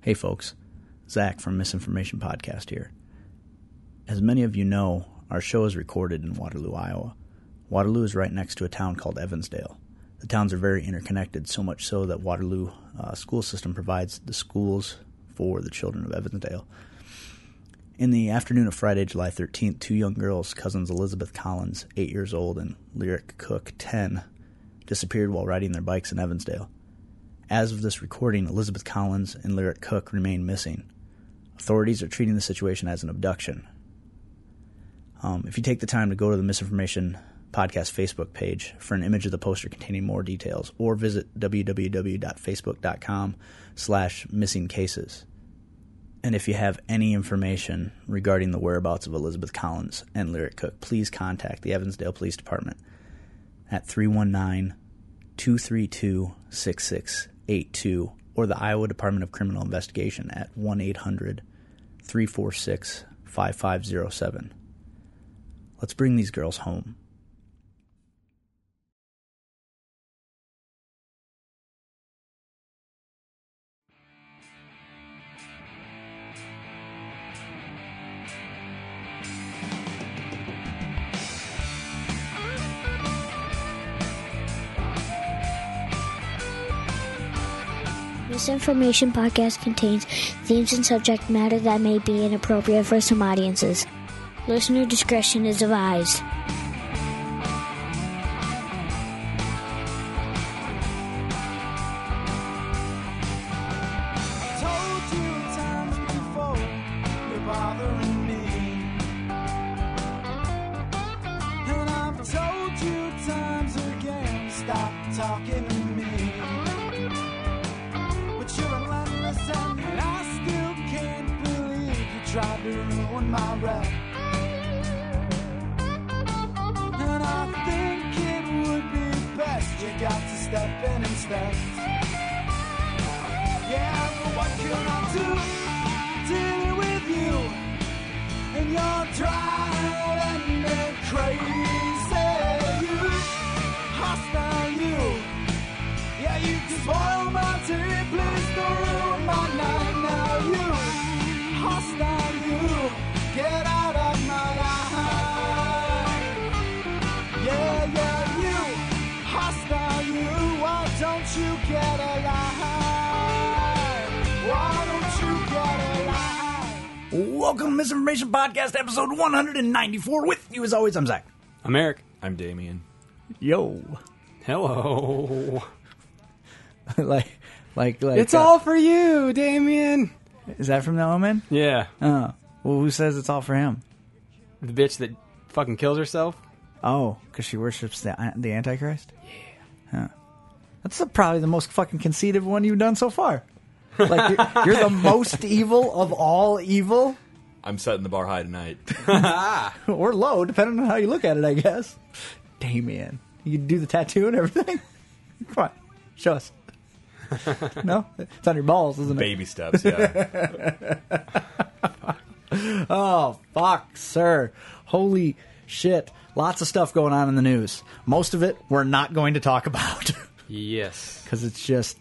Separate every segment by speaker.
Speaker 1: Hey, folks. Zach from Misinformation Podcast here. As many of you know, our show is recorded in Waterloo, Iowa. Waterloo is right next to a town called Evansdale. The towns are very interconnected, so much so that Waterloo uh, school system provides the schools for the children of Evansdale. In the afternoon of Friday, July 13th, two young girls, cousins Elizabeth Collins, 8 years old, and Lyric Cook, 10, disappeared while riding their bikes in Evansdale. As of this recording, Elizabeth Collins and Lyric Cook remain missing. Authorities are treating the situation as an abduction. Um, if you take the time to go to the Misinformation Podcast Facebook page for an image of the poster containing more details, or visit www.facebook.com slash missing cases. And if you have any information regarding the whereabouts of Elizabeth Collins and Lyric Cook, please contact the Evansdale Police Department at 319 232 6682 or the Iowa Department of Criminal Investigation at 1 800 346 5507. Let's bring these girls home.
Speaker 2: Misinformation podcast contains themes and subject matter that may be inappropriate for some audiences. Listener discretion is advised.
Speaker 3: I told you times before you're bothering me. And I've told you times again, stop talking to me. But you're relentless and I still can't believe you tried to ruin my rep. And I think it would be best you got to step in and step. Yeah, but what can I do dealing with you? And you're dried and they're crazy. You hostile, you. Yeah, you can spoil my day. Please don't ruin my night now. You hostile, you. Get out of my life. Yeah, yeah, you hostile, you. Why don't you get alive? Why don't you get alive?
Speaker 1: Welcome, Misinformation Podcast, episode 194. With you, as always, I'm Zach.
Speaker 4: I'm Eric. I'm Damien.
Speaker 1: Yo.
Speaker 4: Hello.
Speaker 1: like, like, like.
Speaker 4: It's
Speaker 1: uh,
Speaker 4: all for you, Damien. Uh,
Speaker 1: Is that from the Omen?
Speaker 4: Yeah.
Speaker 1: Oh. Well, who says it's all for him?
Speaker 4: The bitch that fucking kills herself.
Speaker 1: Oh, because she worships the uh, the Antichrist. Yeah. Huh. That's the, probably the most fucking conceited one you've done so far. Like you're, you're the most evil of all evil,
Speaker 5: I'm setting the bar high tonight.
Speaker 1: or low, depending on how you look at it, I guess. Damien, you do the tattoo and everything. Come on, show us. no, it's on your balls, isn't it?
Speaker 5: Baby steps, yeah.
Speaker 1: Oh fuck, sir! Holy shit! Lots of stuff going on in the news. Most of it we're not going to talk about
Speaker 4: Yes.
Speaker 1: because it's just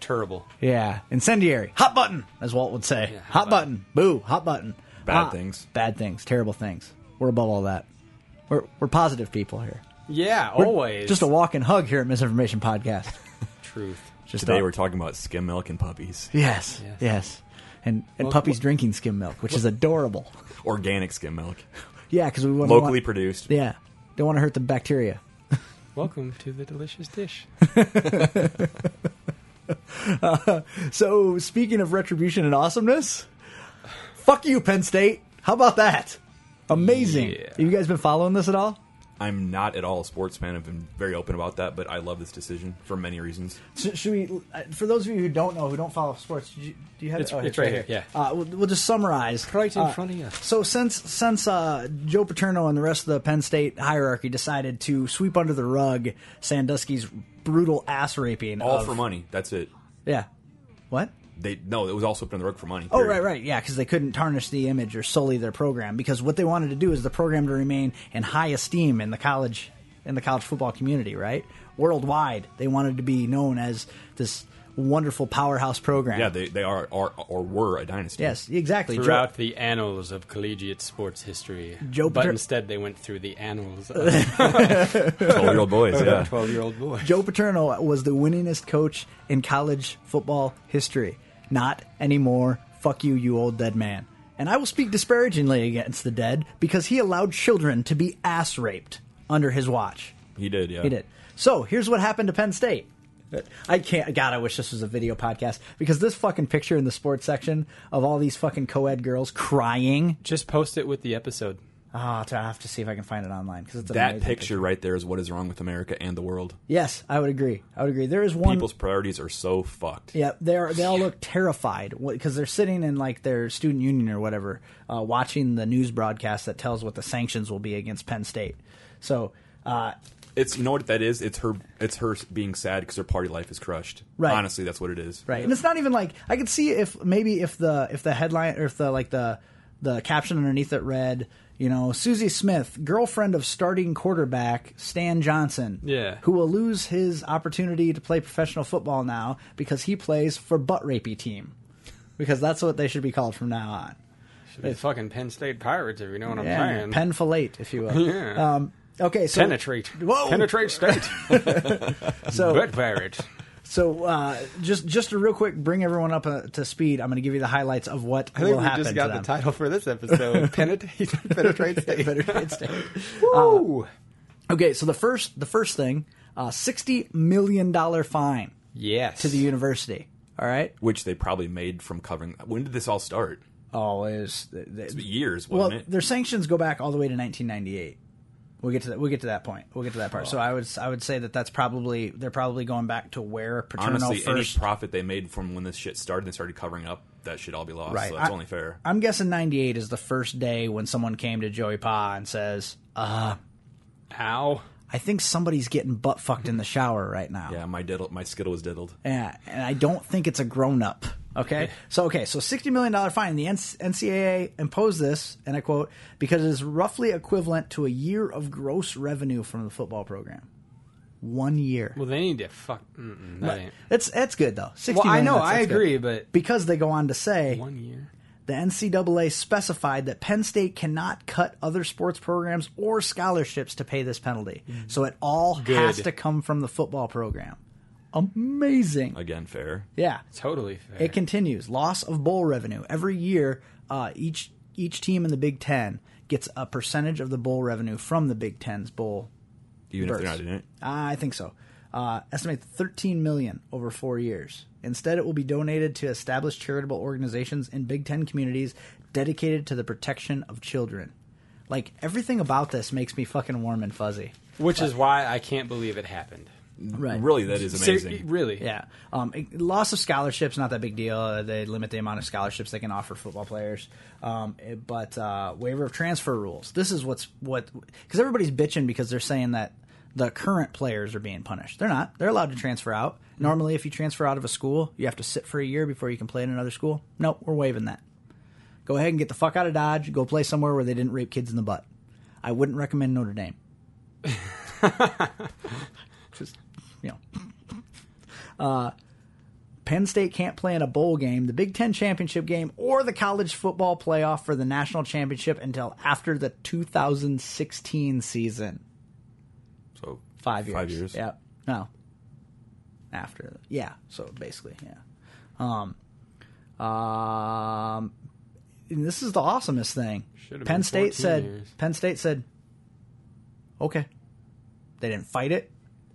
Speaker 4: Terrible.
Speaker 1: Yeah, incendiary, hot button, as Walt would say.
Speaker 4: Yeah,
Speaker 1: hot
Speaker 4: hot
Speaker 1: button. boo, hot button.
Speaker 5: Bad things.
Speaker 1: bad things, terrible things. We're above all that. We're we're positive people here.
Speaker 4: Yeah.
Speaker 1: We're
Speaker 4: always.
Speaker 1: just a walk and hug here at Misinformation Podcast.
Speaker 4: truth.
Speaker 1: Just
Speaker 5: Today
Speaker 1: a-
Speaker 5: we're talking about skim milk and puppies.
Speaker 1: yes, yes,
Speaker 4: Yes.
Speaker 1: and and puppies drinking skim milk, which is adorable.
Speaker 5: Organic skim milk.
Speaker 1: Yeah, because we want
Speaker 5: Locally produced.
Speaker 1: Yeah, don't want to hurt the bacteria.
Speaker 4: Welcome to the delicious dish.
Speaker 1: So speaking of retribution and awesomeness, fuck you, Penn State. How about that? Amazing.
Speaker 4: Yeah.
Speaker 1: Have you guys been following this at all?
Speaker 5: I'm not at all a sports fan. I've been very open about that, but I love this decision for many reasons.
Speaker 1: Should, should we, uh, for those of you who don't know, who don't follow sports, do you, do you have
Speaker 4: It's-
Speaker 1: it?
Speaker 4: it's right here, yeah.
Speaker 1: Uh, we'll, we'll just summarize.
Speaker 4: Right in
Speaker 1: Uh,
Speaker 4: front of you.
Speaker 1: So since since uh, Joe Paterno and the rest of the Penn State hierarchy decided to sweep under the rug Sandusky's brutal ass raping,
Speaker 5: All
Speaker 1: of-
Speaker 5: for money. That's it.
Speaker 1: yeah, what?
Speaker 5: They no, it was all swept on the rug for money.
Speaker 1: Oh,
Speaker 5: period.
Speaker 1: right, right. Yeah, because they couldn't tarnish the image or sully their program because what they wanted to do is the program to remain in high esteem in the college in the college football community, right? Worldwide, they wanted to be known as this
Speaker 6: wonderful powerhouse program.
Speaker 5: Yeah, they, they are, are or were a dynasty.
Speaker 6: yes, exactly. Joe-
Speaker 4: Throughout the annals of collegiate sports history,
Speaker 6: Joe
Speaker 4: but
Speaker 6: Pater-
Speaker 4: instead they went through the annals of
Speaker 5: twelve-year-old boys. Yeah,
Speaker 4: twelve-year-old boy.
Speaker 6: Joe Paterno was the winningest coach in college football history. Not anymore. Fuck you, you old dead man. And I will speak disparagingly against the dead because he allowed children to be ass raped under his watch.
Speaker 5: he did. Yeah,
Speaker 6: He did. So here's what happened to Penn State. I can't. God, I wish this was a video podcast because this fucking picture in the sports section of all these fucking co-ed girls crying.
Speaker 4: Just post it with the episode.
Speaker 6: Ah, I have to see if I can find it online because it's an
Speaker 5: That
Speaker 6: amazing
Speaker 5: picture, right there is what is wrong with America and the world.
Speaker 6: Yes, I would agree. I would agree. There is one.
Speaker 5: People's priorities are so fucked.
Speaker 6: Yeah, they are. They all look terrified because they're sitting in like their student union or whatever, uh, watching the news broadcast that tells what the sanctions will be against Penn State. So, uh,
Speaker 5: It's you know what that is. It's her. It's her being sad because her party life is crushed.
Speaker 6: Right.
Speaker 5: Honestly, that's what it is.
Speaker 6: right, and it's not even like I could see if maybe if the if the headline or if the like the the caption underneath it read, you know, Susie Smith, girlfriend of starting quarterback Stan Johnson,
Speaker 4: Yeah.
Speaker 6: who will lose his opportunity to play professional football now because he plays for butt rapey team, because that's what they should be called from now on.
Speaker 4: Should be fucking Penn State Pirates if you know what I'm
Speaker 6: Yeah,
Speaker 4: saying.
Speaker 6: Pen filate, if you will.
Speaker 4: uh,
Speaker 6: Um, okay, so
Speaker 4: Penetrate.
Speaker 6: Whoa.
Speaker 4: Penetrate state.
Speaker 6: So,
Speaker 4: Butt pirate.
Speaker 6: so uh, just just to real quick bring everyone up uh, to speed. I'm going to give you the highlights of what
Speaker 4: I think
Speaker 6: will
Speaker 4: we
Speaker 6: happen
Speaker 4: just
Speaker 6: to
Speaker 4: got the
Speaker 6: them.
Speaker 4: title for this episode. Penetrate, penetrate state.
Speaker 6: Better state.
Speaker 4: Woo!
Speaker 6: Okay, so the first the first thing, uh, sixty million dollar fine
Speaker 4: yes.
Speaker 6: to the university. All right.
Speaker 5: Which they probably made from covering. When did this all start?
Speaker 6: Oh, is it's
Speaker 5: Years,
Speaker 6: well,
Speaker 5: wasn't it?
Speaker 6: their sanctions go back all the way to 1998. We'll get to that. We'll get to that point. We'll get to that part. So I would I would say that that's probably they're probably going back to where Paterno
Speaker 5: Honestly, any
Speaker 6: first
Speaker 5: profit they made from when this shit started and started covering up, that should all be lost.
Speaker 6: Right.
Speaker 5: So that's
Speaker 6: I-
Speaker 5: only fair.
Speaker 6: I'm guessing 98 is the first day when someone came to Joey Pa and says, uh,
Speaker 4: Ow.
Speaker 6: I think somebody's getting butt fucked in the shower right now.
Speaker 5: yeah, my diddle, my skittle was diddled.
Speaker 6: Yeah, and I don't think it's a grown up. Okay. So, okay. So, $60 million fine. The NCAA imposed this, and I quote, because it is roughly equivalent to a year of gross revenue from the football program. One year.
Speaker 4: Well, they need to fuck. Mm-mm, that ain't.
Speaker 6: That's, that's good, though. 60
Speaker 4: Well, I
Speaker 6: million,
Speaker 4: know,
Speaker 6: that's-
Speaker 4: I
Speaker 6: that's good.
Speaker 4: agree, but
Speaker 6: Because they go on to say,
Speaker 4: one year.
Speaker 6: the NCAA specified that Penn State cannot cut other sports programs or scholarships to pay this penalty.
Speaker 4: Mm.
Speaker 6: So it all has to come from the football program. Amazing.
Speaker 5: Again, fair.
Speaker 6: Yeah.
Speaker 4: Totally fair.
Speaker 6: It continues. Loss of bowl revenue. Every year, uh, each each team in the Big Ten gets a percentage of the bowl revenue from the Big Ten's bowl.
Speaker 5: Even if
Speaker 6: Burst.
Speaker 5: they're not in it.
Speaker 6: I think so. Uh, estimate 13 million over four years. Instead, it will be donated to established charitable organizations in Big Ten communities dedicated to the protection of children. Like everything about this makes me fucking warm and fuzzy.
Speaker 4: Which is why I can't believe it happened.
Speaker 6: Right.
Speaker 5: Really, that is amazing.
Speaker 4: Ser- really.
Speaker 6: Yeah. Um, it- loss of scholarships, not that big deal. Uh, They limit the amount of scholarships they can offer football players. Um, it- but uh, waiver of transfer rules. This is what's what because everybody's bitching because they're saying that the current players are being punished. They're not. They're allowed to transfer out. Normally, if you transfer out of a school, you have to sit for a year before you can play in another school. Nope, we're waiving that. Go ahead and get the fuck out of Dodge. Go play somewhere where they didn't rape kids in the butt. I wouldn't recommend Notre Dame. Just you know. Penn State can't play in a bowl game, the Big Ten championship game, or the college football playoff for the national championship until after the 2016 season.
Speaker 5: So
Speaker 6: Five years.
Speaker 5: Five years.
Speaker 6: Yeah. No. After. Yeah. So basically, yeah. Um. Um. and this is the awesomest thing.
Speaker 4: Should've
Speaker 6: Penn
Speaker 4: been
Speaker 6: State
Speaker 4: 14
Speaker 6: said.
Speaker 4: years.
Speaker 6: Penn State said. Okay. They didn't fight it.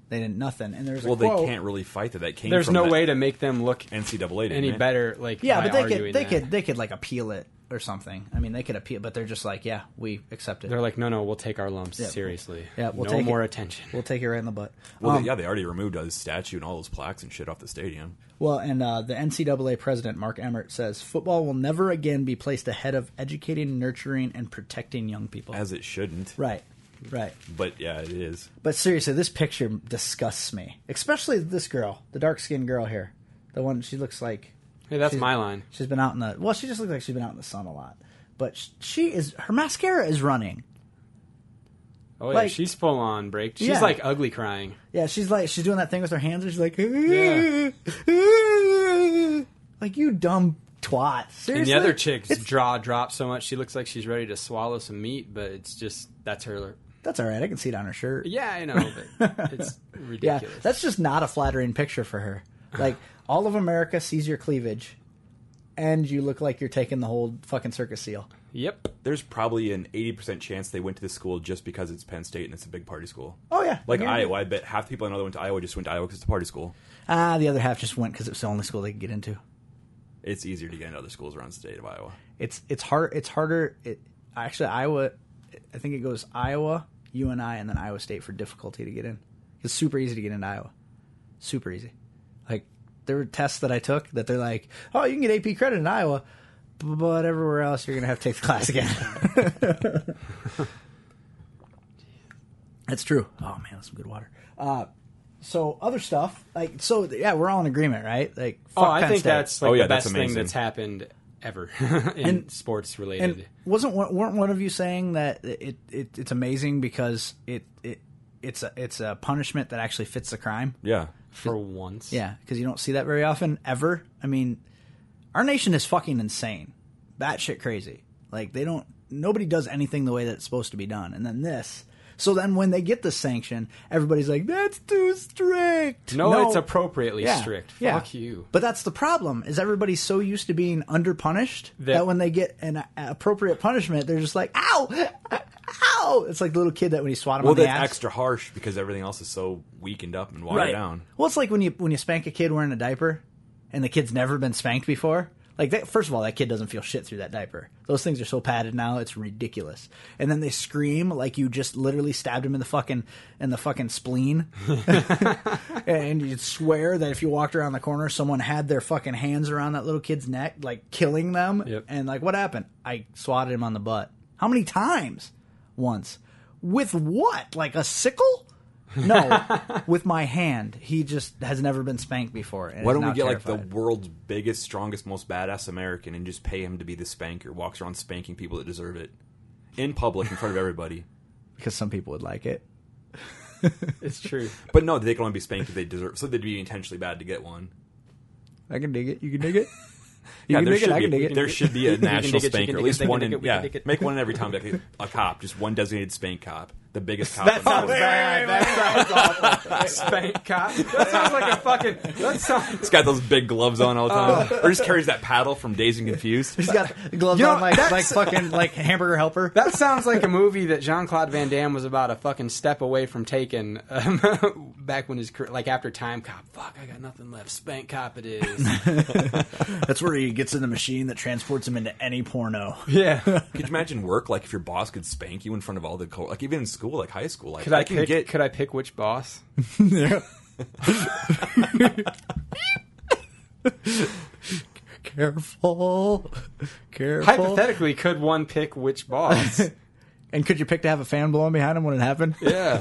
Speaker 6: They didn't nothing. And there's
Speaker 5: Well,
Speaker 6: a quote.
Speaker 5: they can't really fight that. That came.
Speaker 4: There's
Speaker 5: from
Speaker 4: no
Speaker 5: the
Speaker 4: way to make them look
Speaker 5: NCAA did
Speaker 4: any better. Like
Speaker 6: Yeah,
Speaker 4: by
Speaker 6: but they
Speaker 4: arguing
Speaker 6: could they
Speaker 4: that.
Speaker 6: could they could like appeal it or something. I mean, they could appeal, but they're just like, yeah, we accept it.
Speaker 4: They're like, no, no, we'll take our lumps
Speaker 6: Yeah, we'll-
Speaker 4: seriously.
Speaker 6: yeah, we'll
Speaker 4: no
Speaker 6: take
Speaker 4: more
Speaker 6: it.
Speaker 4: attention.
Speaker 6: we'll take you right in the butt.
Speaker 5: Well,
Speaker 6: Um,
Speaker 5: yeah, they already removed his statue and all those plaques and shit off the stadium.
Speaker 6: Well, and uh, the NCAA president Mark Emmert says football will never again be placed ahead of educating, nurturing, and protecting young people.
Speaker 5: As it shouldn't.
Speaker 6: right, right.
Speaker 5: But yeah, it is.
Speaker 6: But seriously, this picture disgusts me, especially this girl, the dark skinned girl here, the one she looks like.
Speaker 4: Hey, that's
Speaker 6: she's-
Speaker 4: my line.
Speaker 6: She's been out in the well. She just looks like she's been out in the sun a lot. But sh- she is her mascara is running.
Speaker 4: Oh yeah,
Speaker 6: Like-
Speaker 4: she's full on break. She's
Speaker 6: Yeah.
Speaker 4: like ugly crying.
Speaker 6: Yeah, she's like she's doing that thing with her hands, and she's like, like you dumb twat. Seriously,
Speaker 4: And the other chick's jaw drops so much she looks like she's ready to swallow some meat, but it's just that's her.
Speaker 6: that's all right. I can see it on her shirt.
Speaker 4: Yeah, I know, but it's
Speaker 6: Yeah,
Speaker 4: ridiculous.
Speaker 6: that's just not a flattering picture for her. Like all of America sees your cleavage, and you look like you're taking the whole fucking circus seal.
Speaker 4: yep.
Speaker 5: There's probably an 80% chance they went to this school just because it's Penn State and it's a big party school.
Speaker 6: Oh yeah,
Speaker 5: Like
Speaker 6: Yeah.
Speaker 5: Iowa, I bet half the people I know that went to Iowa just went to Iowa because it's a party school.
Speaker 6: Ah, the other half just went because it was the only school they could get into.
Speaker 5: It's easier to get into other schools around the state of Iowa.
Speaker 6: It's it's hard. It's harder. It, actually, Iowa. I think it goes Iowa, UNI, and then Iowa State for difficulty to get in. It's super easy to get into Iowa. Super easy. Like there were tests that I took that they're like, oh, you can get AP credit in Iowa, but everywhere else you're gonna have to take the class again. That's true. Oh man, that's some good water. Uh, so other stuff like so yeah, we're all in agreement, right? Like
Speaker 4: Oh,
Speaker 6: fuck
Speaker 4: I
Speaker 6: Penn
Speaker 4: think
Speaker 6: State.
Speaker 4: that's like
Speaker 5: Oh, yeah,
Speaker 4: the
Speaker 5: that's
Speaker 4: best thing
Speaker 5: amazing.
Speaker 4: that's happened ever in
Speaker 6: And-
Speaker 4: sports
Speaker 6: And
Speaker 4: related.
Speaker 6: wasn't one- weren't one of you saying that it, it it's amazing because it it it's a it's a punishment that actually fits the crime?
Speaker 5: Yeah.
Speaker 4: for once.
Speaker 6: Yeah, because you don't see that very often ever. I mean, our nation is fucking insane, batshit crazy. Like they don't nobody does anything the way that it's supposed to be done, and then this. So then when they get the sanction, everybody's like, "That's too strict."
Speaker 4: No, it's appropriately strict. Fuck you.
Speaker 6: But that's the problem is everybody's so used to being underpunished that,
Speaker 4: That-
Speaker 6: when they get an uh, appropriate punishment, they're just like, "Ow, ow!" It's like the little kid that when you swat him
Speaker 5: Well,
Speaker 6: on the
Speaker 5: that's
Speaker 6: ass.
Speaker 5: extra harsh because everything else is so weakened up and watered down.
Speaker 6: Well, it's like when you when you spank a kid wearing a diaper, and the kid's never been spanked before. Like that, first of all, that kid doesn't feel shit through that diaper. Those things are so padded now, it's ridiculous. And then they scream like you just literally stabbed him in the fucking in the fucking spleen, and you'd swear that if you walked around the corner, someone had their fucking hands around that little kid's neck, like killing them.
Speaker 4: Yep.
Speaker 6: And like, what happened? I swatted him on the butt. How many times? Once. With what? Like a sickle? No, with my hand. He just has never been spanked before. and
Speaker 5: Why
Speaker 6: is
Speaker 5: don't we
Speaker 6: now
Speaker 5: get like
Speaker 6: terrified.
Speaker 5: the world's biggest, strongest, most badass American and just pay him to be the spanker, walks around spanking people that deserve it in public in front of everybody.
Speaker 6: because some people would like it.
Speaker 4: It's true.
Speaker 5: But no, they can only be spanked if they deserve. So they'd be intentionally bad to get one.
Speaker 6: I can dig it. You can dig it.
Speaker 5: Yeah,
Speaker 6: You
Speaker 5: there
Speaker 6: can dig it.
Speaker 5: should
Speaker 6: I can
Speaker 5: be
Speaker 6: dig it.
Speaker 5: there should be a
Speaker 4: can
Speaker 5: national
Speaker 4: dig it, you can dig
Speaker 5: spanker,
Speaker 4: it,
Speaker 5: at least
Speaker 4: they can
Speaker 5: one.
Speaker 4: dig
Speaker 5: In,
Speaker 4: it, we can
Speaker 5: yeah,
Speaker 4: dig it.
Speaker 5: make one in every town. Like a cop, just one designated spank cop, the biggest cop.
Speaker 4: That
Speaker 5: in the
Speaker 4: sounds
Speaker 5: world.
Speaker 4: bad. That sounds awful. Spank cop. That sounds like a fucking. That sounds.
Speaker 5: He's got those big gloves on all the time, or just carries that paddle from Days and Confused.
Speaker 6: He's got gloves
Speaker 4: You know,
Speaker 6: on like like
Speaker 4: that's-
Speaker 6: fucking like hamburger helper.
Speaker 4: That sounds like a movie that Jean Claude Van Damme was about a fucking step away from taking um, back when his career, like after Time Cop. Fuck, I got nothing left. Spank Cop it is.
Speaker 6: That's where he gets in the machine that transports him into any porno.
Speaker 4: yeah.
Speaker 5: Could you imagine work like if your boss could spank you in front of all the co- like even in school, like high school, like
Speaker 4: Could I,
Speaker 5: can
Speaker 4: pick,
Speaker 5: get
Speaker 4: could I pick which boss?
Speaker 6: Careful, careful.
Speaker 4: Hypothetically, could one pick which boss?
Speaker 6: And could you pick to have a fan blowing behind him when it happened?
Speaker 4: yeah.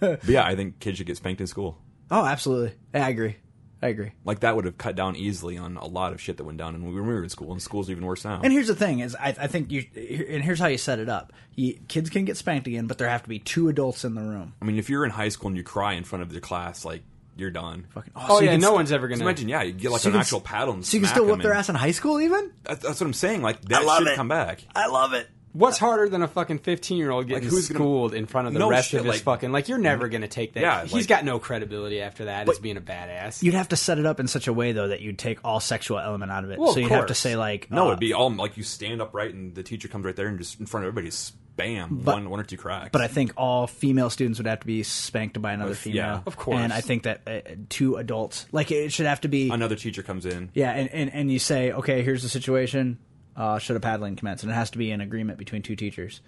Speaker 5: But yeah, I think kids should get spanked in school.
Speaker 6: Oh, absolutely. Yeah, I agree. I agree.
Speaker 5: Like that would have cut down easily on a lot of shit that went down when we were in school, and school's even worse now.
Speaker 6: And here's the thing: is I, I think you, and here's how you set it up. You, kids can get spanked again, but there have to be two adults in the room.
Speaker 5: I mean, if you're in high school and you cry in front of the class, like you're done.
Speaker 6: Fucking-
Speaker 4: Oh,
Speaker 6: so you
Speaker 4: yeah,
Speaker 6: can
Speaker 4: no
Speaker 6: st-
Speaker 4: one's ever going
Speaker 5: Just
Speaker 4: to.
Speaker 5: imagine, yeah, you get like
Speaker 6: so you
Speaker 5: an
Speaker 6: can
Speaker 5: actual
Speaker 6: s-
Speaker 5: paddle and
Speaker 6: So you can
Speaker 5: smack
Speaker 6: still whip
Speaker 5: 'em
Speaker 6: their
Speaker 5: and-
Speaker 6: ass in high school, even.
Speaker 5: That's, that's what I'm saying. Like that
Speaker 6: love
Speaker 5: should
Speaker 6: it.
Speaker 5: come back.
Speaker 6: I love it.
Speaker 4: What's harder than a fucking 15 year old getting
Speaker 5: Like, who's gonna-
Speaker 4: schooled in front of the
Speaker 5: No
Speaker 4: rest
Speaker 5: shit,
Speaker 4: of his
Speaker 5: like-
Speaker 4: fucking. Like, you're never going to take that.
Speaker 5: Yeah,
Speaker 4: He's
Speaker 5: like-
Speaker 4: got no credibility after that as being a badass.
Speaker 6: You'd have to set it up in such a way, though, that you'd take all sexual element out of it.
Speaker 4: Well, of
Speaker 6: so you'd have to
Speaker 4: course.
Speaker 6: say like,
Speaker 5: No,
Speaker 6: uh,
Speaker 5: it'd be all like you stand upright and the teacher comes right there and just in front of everybody, spam one one or two cracks.
Speaker 6: But I think all female students would have to be spanked by another female.
Speaker 5: yeah,
Speaker 4: of course.
Speaker 6: And I think that uh, two adults, like it should have to be.
Speaker 5: another teacher comes in.
Speaker 6: Yeah, and, and, and you say, okay, here's the situation. Uh, should a paddling commence? And it has to be an agreement between two teachers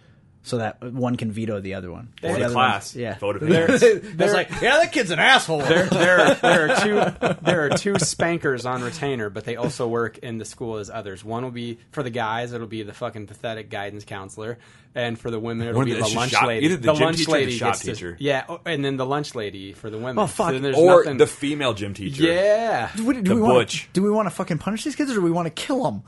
Speaker 6: so that one can veto the other one.
Speaker 5: Or
Speaker 6: The
Speaker 5: the
Speaker 6: other
Speaker 5: class.
Speaker 6: one- yeah.
Speaker 5: Vote of
Speaker 4: They're-
Speaker 5: hands.
Speaker 6: That's like, yeah, that kid's an asshole.
Speaker 4: there, there, are, there are two there are two spankers on retainer, but they also work in the school as others. One will be for the guys; it'll be the fucking pathetic guidance counselor, and for the women, it'll
Speaker 5: One
Speaker 4: be
Speaker 5: of
Speaker 4: the,
Speaker 5: the- it's
Speaker 4: lunch
Speaker 5: shop-
Speaker 4: lady.
Speaker 5: either the gym
Speaker 4: lunch
Speaker 5: teacher or the
Speaker 4: lady
Speaker 5: shop
Speaker 4: gets to-
Speaker 5: teacher.
Speaker 4: yeah, oh, and then the lunch lady for the women.
Speaker 6: Oh, fuck.
Speaker 4: So there's
Speaker 5: Or
Speaker 4: nothing-
Speaker 5: the female gym teacher.
Speaker 4: yeah.
Speaker 6: What- do,
Speaker 5: The
Speaker 6: we want,
Speaker 5: butch.
Speaker 6: do we want to fucking punish these kids or do we want to kill them?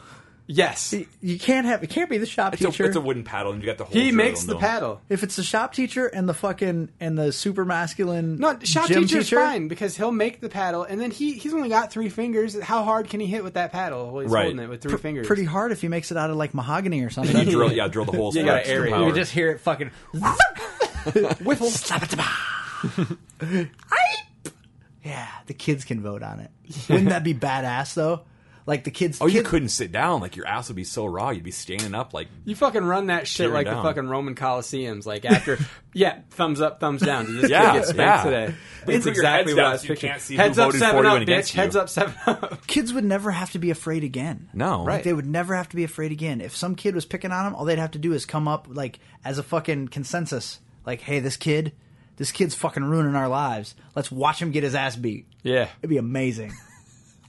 Speaker 4: Yes.
Speaker 6: You- You can't have it can't be the shop
Speaker 5: It's
Speaker 6: teacher.
Speaker 5: a, it's a wooden paddle, and you got the whole.
Speaker 4: He makes the paddle.
Speaker 6: if it's the shop teacher and the fucking and the super masculine
Speaker 4: No, shop
Speaker 6: gym
Speaker 4: teacher's
Speaker 6: teacher,
Speaker 4: fine because he'll make the paddle, and then he he's only got three fingers. How hard can he hit with that paddle? Well, he's
Speaker 5: Right.
Speaker 4: holding it with three
Speaker 6: pr-
Speaker 4: fingers.
Speaker 6: pretty hard if he makes it out of like mahogany or something.
Speaker 5: You drill, yeah, drill the holes.
Speaker 4: You
Speaker 5: for
Speaker 4: gotta
Speaker 5: extra
Speaker 4: aerate.
Speaker 5: power.
Speaker 4: You
Speaker 6: You just hear it fucking
Speaker 4: Whiffle.
Speaker 6: Yeah, the kids can vote on it. Wouldn't that be badass though? Like the kids
Speaker 5: oh, you
Speaker 6: kids-
Speaker 5: couldn't sit down. Like your ass would be so raw, you'd be standing up. Like
Speaker 4: You fucking run that shit
Speaker 5: Tear
Speaker 4: like
Speaker 5: down.
Speaker 4: the fucking Roman Colosseums. Like after, yeah, thumbs up, thumbs down. Did this
Speaker 5: Yeah,
Speaker 4: kid get spanked
Speaker 5: yeah.
Speaker 4: today?
Speaker 5: But you
Speaker 4: It's
Speaker 5: put your
Speaker 4: exactly
Speaker 5: heads
Speaker 4: what
Speaker 5: down
Speaker 4: I was
Speaker 5: so you
Speaker 4: picturing.
Speaker 5: can't see who
Speaker 4: heads up,
Speaker 5: voted for
Speaker 4: seven
Speaker 5: you
Speaker 4: up,
Speaker 5: and against
Speaker 4: bitch. Heads
Speaker 5: you.
Speaker 4: up, seven up.
Speaker 6: kids would never have to be afraid again.
Speaker 5: no,
Speaker 6: Like, they would never have to be afraid again. If some kid was picking on them, all they'd have to do is come up like as a fucking consensus. Like, hey, this kid, this kid's fucking ruining our lives. Let's watch him get his ass beat.
Speaker 4: Yeah.
Speaker 6: It'd be amazing.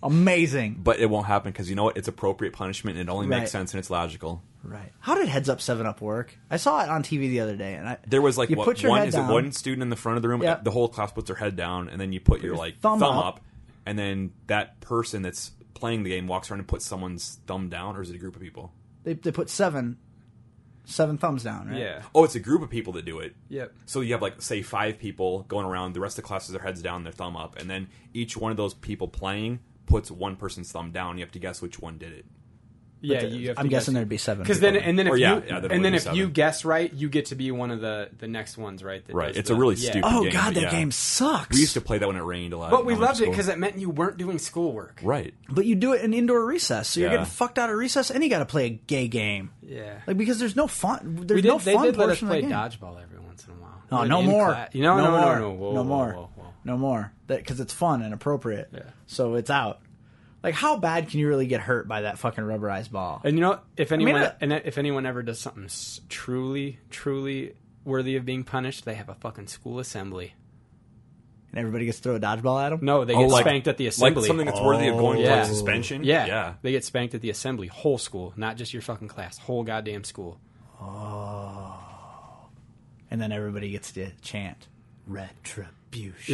Speaker 6: amazing.
Speaker 5: But it won't happen because you know what? It's appropriate punishment, and it only
Speaker 6: Right.
Speaker 5: makes sense and it's logical.
Speaker 6: Right. How did heads up seven up work? I saw it on TV the other day and I
Speaker 5: There was like
Speaker 6: you
Speaker 5: what,
Speaker 6: put your
Speaker 5: one
Speaker 6: head
Speaker 5: is
Speaker 6: down.
Speaker 5: it one student in the front of the room?
Speaker 6: Yep.
Speaker 5: The whole class puts their head down, and then you put your like
Speaker 6: thumb
Speaker 5: thumb,
Speaker 6: up.
Speaker 5: up. and then that person that's playing the game walks around and puts someone's thumb down, or is it a group of people?
Speaker 6: they, they put seven seven thumbs down, right?
Speaker 4: Yeah.
Speaker 5: Oh, it's a group of people that do it.
Speaker 4: Yep.
Speaker 5: So you have like say five people going around. The rest of the class has their heads down, their thumb up, and then each one of those people playing puts one person's thumb down. You have to guess which one did it.
Speaker 4: Yeah,
Speaker 6: the-
Speaker 4: you have
Speaker 6: I'm guessing there'd be seven
Speaker 4: Because then,
Speaker 6: people.
Speaker 4: and then if
Speaker 5: Or
Speaker 4: you,
Speaker 5: yeah, yeah, there'd
Speaker 4: and
Speaker 5: only
Speaker 4: then
Speaker 5: be
Speaker 4: if you
Speaker 5: seven.
Speaker 4: guess right, you get to be one of the the next ones, right? that
Speaker 5: Right.
Speaker 4: does
Speaker 5: It's
Speaker 4: the-
Speaker 5: a really
Speaker 4: yeah.
Speaker 5: stupid.
Speaker 6: Oh
Speaker 5: game,
Speaker 6: god,
Speaker 5: but
Speaker 6: that
Speaker 5: yeah.
Speaker 6: game sucks.
Speaker 5: We used to play that when it rained a lot.
Speaker 4: But
Speaker 5: in
Speaker 4: we loved
Speaker 5: elementary
Speaker 4: it because
Speaker 5: school.
Speaker 4: it meant you weren't doing schoolwork.
Speaker 5: right.
Speaker 6: But you do it in indoor recess, so you're
Speaker 5: Yeah.
Speaker 6: getting fucked out of recess, and you got to play a gay game.
Speaker 4: Yeah.
Speaker 6: like because there's no fun. There's
Speaker 4: We did,
Speaker 6: no
Speaker 4: they
Speaker 6: fun
Speaker 4: did let us
Speaker 6: portion
Speaker 4: play
Speaker 6: of the game.
Speaker 4: dodgeball every once in a while.
Speaker 6: No,
Speaker 4: In
Speaker 6: no more.
Speaker 4: class- You know, no,
Speaker 6: more.
Speaker 4: no, no, whoa,
Speaker 6: no
Speaker 4: whoa,
Speaker 6: more.
Speaker 4: whoa, whoa.
Speaker 6: No more. Because it's fun and appropriate.
Speaker 4: Yeah.
Speaker 6: So it's out. Like, how bad can you really get hurt by that fucking rubberized ball?
Speaker 4: And you know, if anyone
Speaker 6: I-
Speaker 4: and if anyone ever does something s- truly, truly worthy of being punished, they have a fucking school assembly.
Speaker 6: And everybody gets to throw a dodgeball at him.
Speaker 4: No, they
Speaker 5: Oh,
Speaker 4: get
Speaker 5: like-
Speaker 4: spanked at the
Speaker 5: Like
Speaker 4: assembly.
Speaker 5: something that's worthy of going
Speaker 4: yeah.
Speaker 5: to suspension.
Speaker 4: yeah,
Speaker 5: Yeah.
Speaker 4: they get spanked at the assembly. Whole school, not just your fucking class. Whole goddamn school.
Speaker 6: And then everybody gets to chant retribution.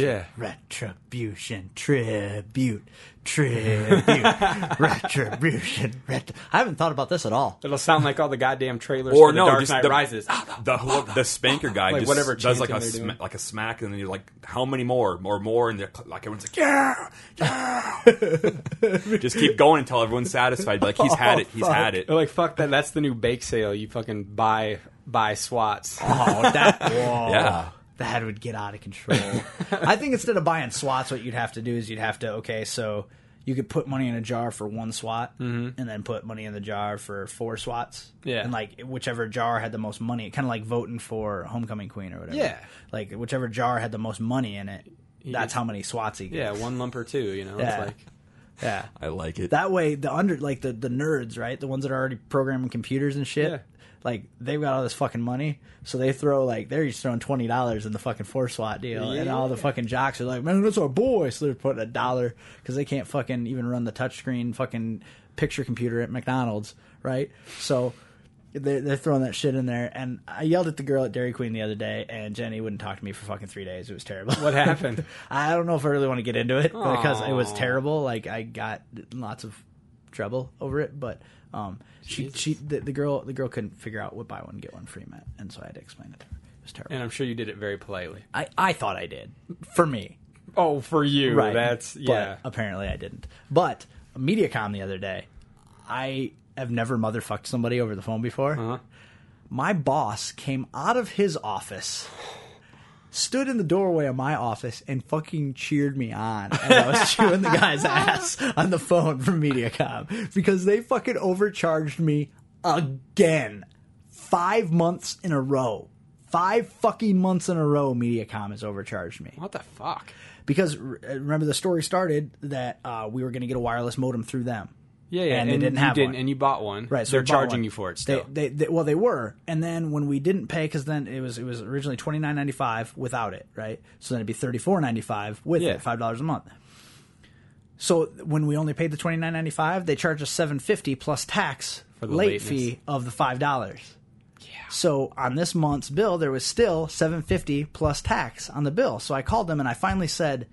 Speaker 4: Yeah.
Speaker 6: Retribution. Tribute. Tribute. retribution. Ret- I haven't thought about this at all.
Speaker 4: It'll sound like all the goddamn trailers
Speaker 5: Or
Speaker 4: for the
Speaker 5: no,
Speaker 4: Dark
Speaker 5: just
Speaker 4: Knight
Speaker 5: the-
Speaker 4: Rises. Ah,
Speaker 5: the whole- the spanker guy
Speaker 4: Like,
Speaker 5: just
Speaker 4: whatever
Speaker 5: does like a
Speaker 4: chanting they're
Speaker 5: sma-
Speaker 4: doing.
Speaker 5: like a smack, and then you're like, how many more, more, more, and they're cl- like everyone's like, yeah, yeah. just keep going until everyone's satisfied. Like he's had it, he's had it.
Speaker 4: They're like, fuck that. That's the new bake sale. You fucking buy buy swats.
Speaker 6: Oh, that. whoa.
Speaker 5: Yeah.
Speaker 6: That would get out of control. I think instead of buying swats, what you'd have to do is you'd have to, okay, so you could put money in a jar for one swat and then put money in the jar for four swats.
Speaker 4: Yeah.
Speaker 6: And like whichever jar had the most money, kind of like voting for Homecoming Queen or whatever.
Speaker 4: Yeah.
Speaker 6: Like whichever jar had the most money in it, that's how many swats he
Speaker 4: Yeah,
Speaker 6: gets.
Speaker 4: one lump or two. You know,
Speaker 6: Yeah.
Speaker 4: it's like
Speaker 6: Yeah.
Speaker 5: I like it.
Speaker 6: That way, the under, like the, the nerds, right? The ones that are already programming computers and shit.
Speaker 4: Yeah.
Speaker 6: Like they've got all this fucking money, so they throw like they're just throwing twenty dollars in the fucking four swat deal, and all the fucking jocks are like, "Man, that's our boy." So they're putting a dollar because they can't fucking even run the touchscreen fucking picture computer at McDonald's, right? So they're, they're throwing that shit in there, and I yelled at the girl at Dairy Queen the other day, and Jenny wouldn't talk to me for fucking three days. It was terrible.
Speaker 4: what happened?
Speaker 6: I don't know if I really want to get into it because it was terrible. Like I got lots of trouble over it, but um, she she the, the girl the girl couldn't figure out what buy one get one free meant, and so I had to explain it to her. It was terrible.
Speaker 4: and I'm sure you did it very politely.
Speaker 6: I I thought I did for me,
Speaker 4: Oh, for you.
Speaker 6: right?
Speaker 4: That's yeah.
Speaker 6: But apparently I didn't. But MediaCom the other day, I have never motherfucked somebody over the phone before.
Speaker 4: Uh-huh.
Speaker 6: My boss came out of his office. Stood in the doorway of my office and fucking cheered me on. And I was chewing the guy's ass on the phone from Mediacom because they fucking overcharged me again. Five months in a row. Five fucking months in a row, Mediacom has overcharged me
Speaker 4: what the fuck?
Speaker 6: because r- remember the story started that uh, we were going to get a wireless modem through them.
Speaker 4: Yeah, yeah.
Speaker 6: And they didn't
Speaker 4: you
Speaker 6: have one.
Speaker 4: And you bought one.
Speaker 6: Right, so
Speaker 4: they're
Speaker 6: we bought
Speaker 4: charging
Speaker 6: one.
Speaker 4: you for it
Speaker 6: They,
Speaker 4: still.
Speaker 6: they, they, well, they were, and then when we didn't pay, because then it was it was originally twenty nine ninety five without it, right? So then it'd be thirty four ninety five with
Speaker 4: Yeah.
Speaker 6: it, five dollars a month. So when we only paid the twenty nine ninety five, they charged us seven fifty plus tax for
Speaker 4: the
Speaker 6: late
Speaker 4: lateness.
Speaker 6: fee of the five dollars. So on this month's bill, there was still seven fifty plus tax on the bill. So I called them and I finally said,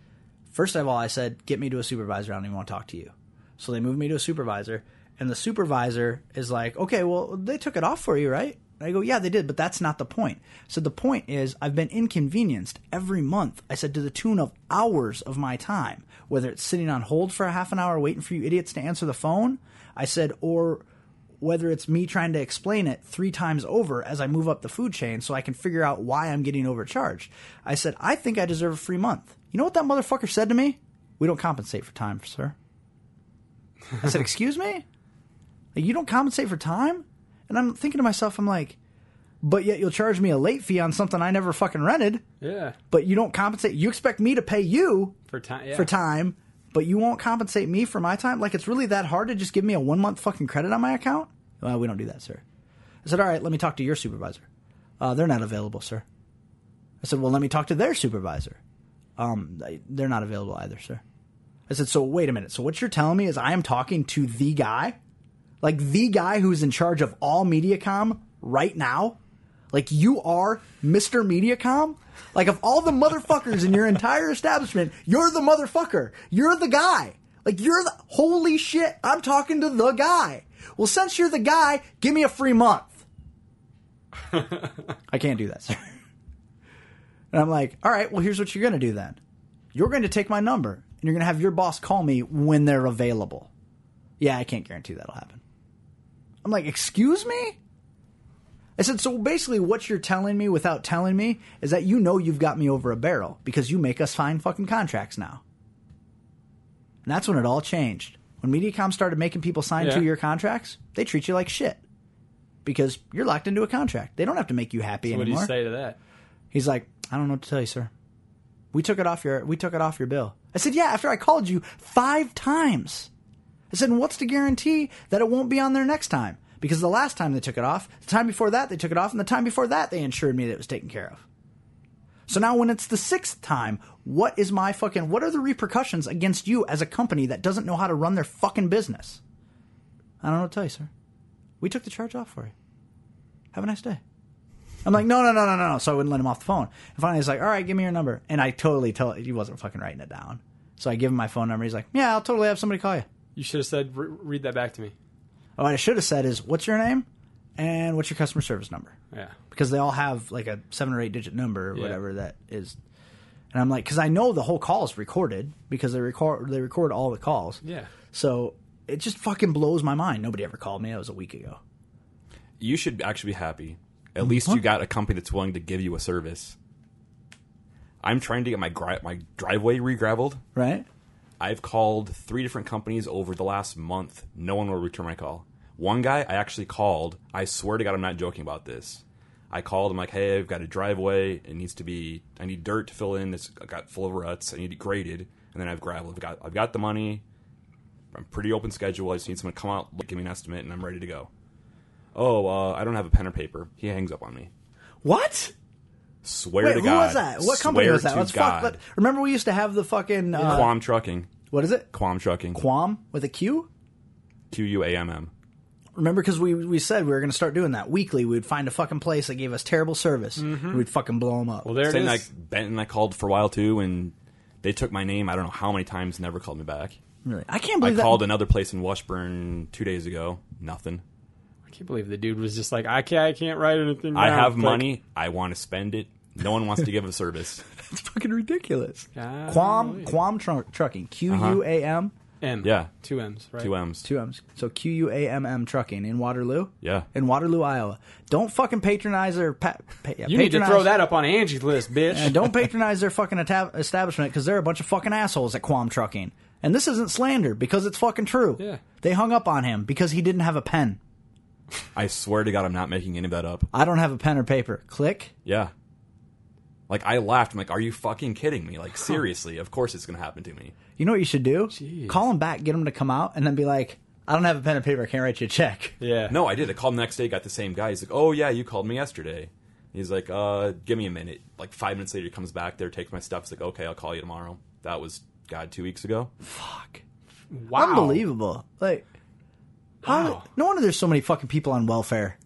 Speaker 6: first of all, I said, get me to a supervisor. I don't even want to talk to you. So they moved me to a supervisor, And the supervisor is like, okay, well, they took it off for you, right? And I go, yeah, they did, but that's not the point. So the point is, I've been inconvenienced every month. I said to the tune of hours of my time, whether it's sitting on hold for a half an hour waiting for you idiots to answer the phone. I said, or whether it's me trying to explain it three times over as I move up the food chain so I can figure out why I'm getting overcharged. I said, I think I deserve a free month. You know what that motherfucker said to me? We don't compensate for time, sir. I said, Excuse me? Like, you don't compensate for time? And I'm thinking to myself, I'm like, but yet you'll charge me a late fee on something I never fucking rented,
Speaker 4: Yeah.
Speaker 6: but you don't compensate. You expect me to pay you
Speaker 4: For time. Yeah.
Speaker 6: for time, but you won't compensate me for my time. Like it's really that hard to just give me a one month fucking credit on my account. Well, we don't do that, sir. I said, all right, let me talk to your supervisor. Uh, they're not available, sir. I said, well, let me talk to their supervisor. Um, they- they're not available either, sir. I said, so wait a minute. So what you're telling me is I am talking to the guy, like the guy who's in charge of all MediaCom right now. Like you are Mr. MediaCom. Like of all the motherfuckers in your entire establishment, you're the motherfucker. You're the guy. Like you're the holy shit. I'm talking to the guy. Well, since you're the guy, give me a free month. I can't do that, sir. And I'm like, all right, well, here's what you're going to do then. You're going to take my number and you're going to have your boss call me when they're available. Yeah, I can't guarantee that'll happen. I'm like, excuse me? I said, so basically, what you're telling me without telling me is that you know you've got me over a barrel because you make us sign fucking contracts now. And that's when it all changed. When MediaCom started making people sign
Speaker 4: Yeah.
Speaker 6: two year contracts, they treat you like shit because you're locked into a contract. They don't have to make you happy
Speaker 4: what do
Speaker 6: anymore.
Speaker 4: you say to that?
Speaker 6: He's like, I don't know what to tell you, sir. We took it off your we took it off your bill. I said, Yeah, after I called you five times. I said, and what's the guarantee that it won't be on there next time? Because the last time they took it off, the time before that they took it off, and the time before that they insured me that it was taken care of. So now when it's the sixth time, what is my fucking what are the repercussions against you as a company that doesn't know how to run their fucking business? I don't know what to tell you, sir. We took the charge off for you. Have a nice day. I'm like, no, no, no, no, no. no. So I wouldn't let him off the phone. And finally, he's like, all right, give me your number. And I totally told he wasn't fucking writing it down. So I give him my phone number. He's like, yeah, I'll totally have somebody call you.
Speaker 4: You should have said, re- read that back to me.
Speaker 6: Oh, what I should have said is, what's your name and what's your customer service number?
Speaker 4: Yeah.
Speaker 6: Because they all have like a seven or eight digit number or
Speaker 4: Yeah.
Speaker 6: whatever that is. And I'm like, because I know the whole call is recorded because they record they record all the calls.
Speaker 4: Yeah.
Speaker 6: So it just fucking blows my mind. Nobody ever called me. It was a week ago.
Speaker 5: You should actually be happy. At least you got a company that's willing to give you a service. I'm trying to get my gri- my driveway re-graveled.
Speaker 6: Right?
Speaker 5: I've called three different companies over the last month. No one will return my call. One guy I actually called. I swear to God, I'm not joking about this. I called. I'm like, hey, I've got a driveway. It needs to be. I need dirt to fill in. It's got full of ruts. I need it graded, and then I've gravel. I've got. I've got the money. I'm pretty open schedule. I just need someone to come out, look, give me an estimate, and I'm ready to go. Oh, uh, I don't have a pen or paper. He hangs up on me.
Speaker 6: What?
Speaker 5: Swear
Speaker 6: Wait,
Speaker 5: to
Speaker 6: who
Speaker 5: God.
Speaker 6: was that? What company
Speaker 5: Swear
Speaker 6: was that?
Speaker 5: to
Speaker 6: Let's
Speaker 5: God.
Speaker 6: fuck. Let, remember, we used to have the fucking uh,
Speaker 5: Quam Trucking.
Speaker 6: what is it?
Speaker 5: Quam Trucking.
Speaker 6: Quam with a Q.
Speaker 5: Q U A M M.
Speaker 6: Remember, because we we said we were going to start doing that weekly. We'd find a fucking place that gave us terrible service. And we'd fucking blow them up.
Speaker 4: Mm-hmm. Well, there it
Speaker 5: Saying
Speaker 4: is.
Speaker 5: like Benton, I called for a while too, and they took my name. I don't know how many times, never called me back.
Speaker 6: really, I can't
Speaker 5: I
Speaker 6: believe that.
Speaker 5: called another place in Washburn two days ago. Nothing.
Speaker 4: I can't believe the dude was just like, I can't, I can't write anything.
Speaker 5: I
Speaker 4: down."
Speaker 5: have
Speaker 4: It's like,
Speaker 5: money. I want to spend it. No one wants to give a service.
Speaker 6: It's fucking ridiculous.
Speaker 4: Golly.
Speaker 6: Quam Quam tru- Trucking. Q U A M
Speaker 4: M.
Speaker 5: Yeah.
Speaker 4: Two M's, right?
Speaker 5: Two M's.
Speaker 6: two M's. So Q U A M M Trucking in Waterloo.
Speaker 5: Yeah.
Speaker 6: in Waterloo, Iowa. Don't fucking patronize or pa- pa- yeah,
Speaker 4: You need to
Speaker 6: patronize-
Speaker 4: throw that up on Angie's list, bitch.
Speaker 6: And don't patronize their fucking eta- establishment because they're a bunch of fucking assholes at Quam Trucking. And this isn't slander because it's fucking true.
Speaker 4: Yeah.
Speaker 6: They hung up on him because he didn't have a pen.
Speaker 5: I swear to God, I'm not making any of that up.
Speaker 6: I don't have a pen or paper. Click.
Speaker 5: Yeah. Like I laughed. I'm like, are you fucking kidding me? Like seriously, of course it's gonna happen to me.
Speaker 6: You know what you should do? Call him back, get him to come out, and then be like, I don't have a pen and paper. I can't write you a check.
Speaker 4: yeah.
Speaker 5: No, I did. I called him the next day, got the same guy. He's like, "Oh yeah, you called me yesterday." He's like, "Uh, give me a minute." Like five minutes later, he comes back there, takes my stuff. He's like, "Okay, I'll call you tomorrow." That was God two weeks ago.
Speaker 4: Wow.
Speaker 6: Unbelievable. Like, how? No wonder there's so many fucking people on welfare.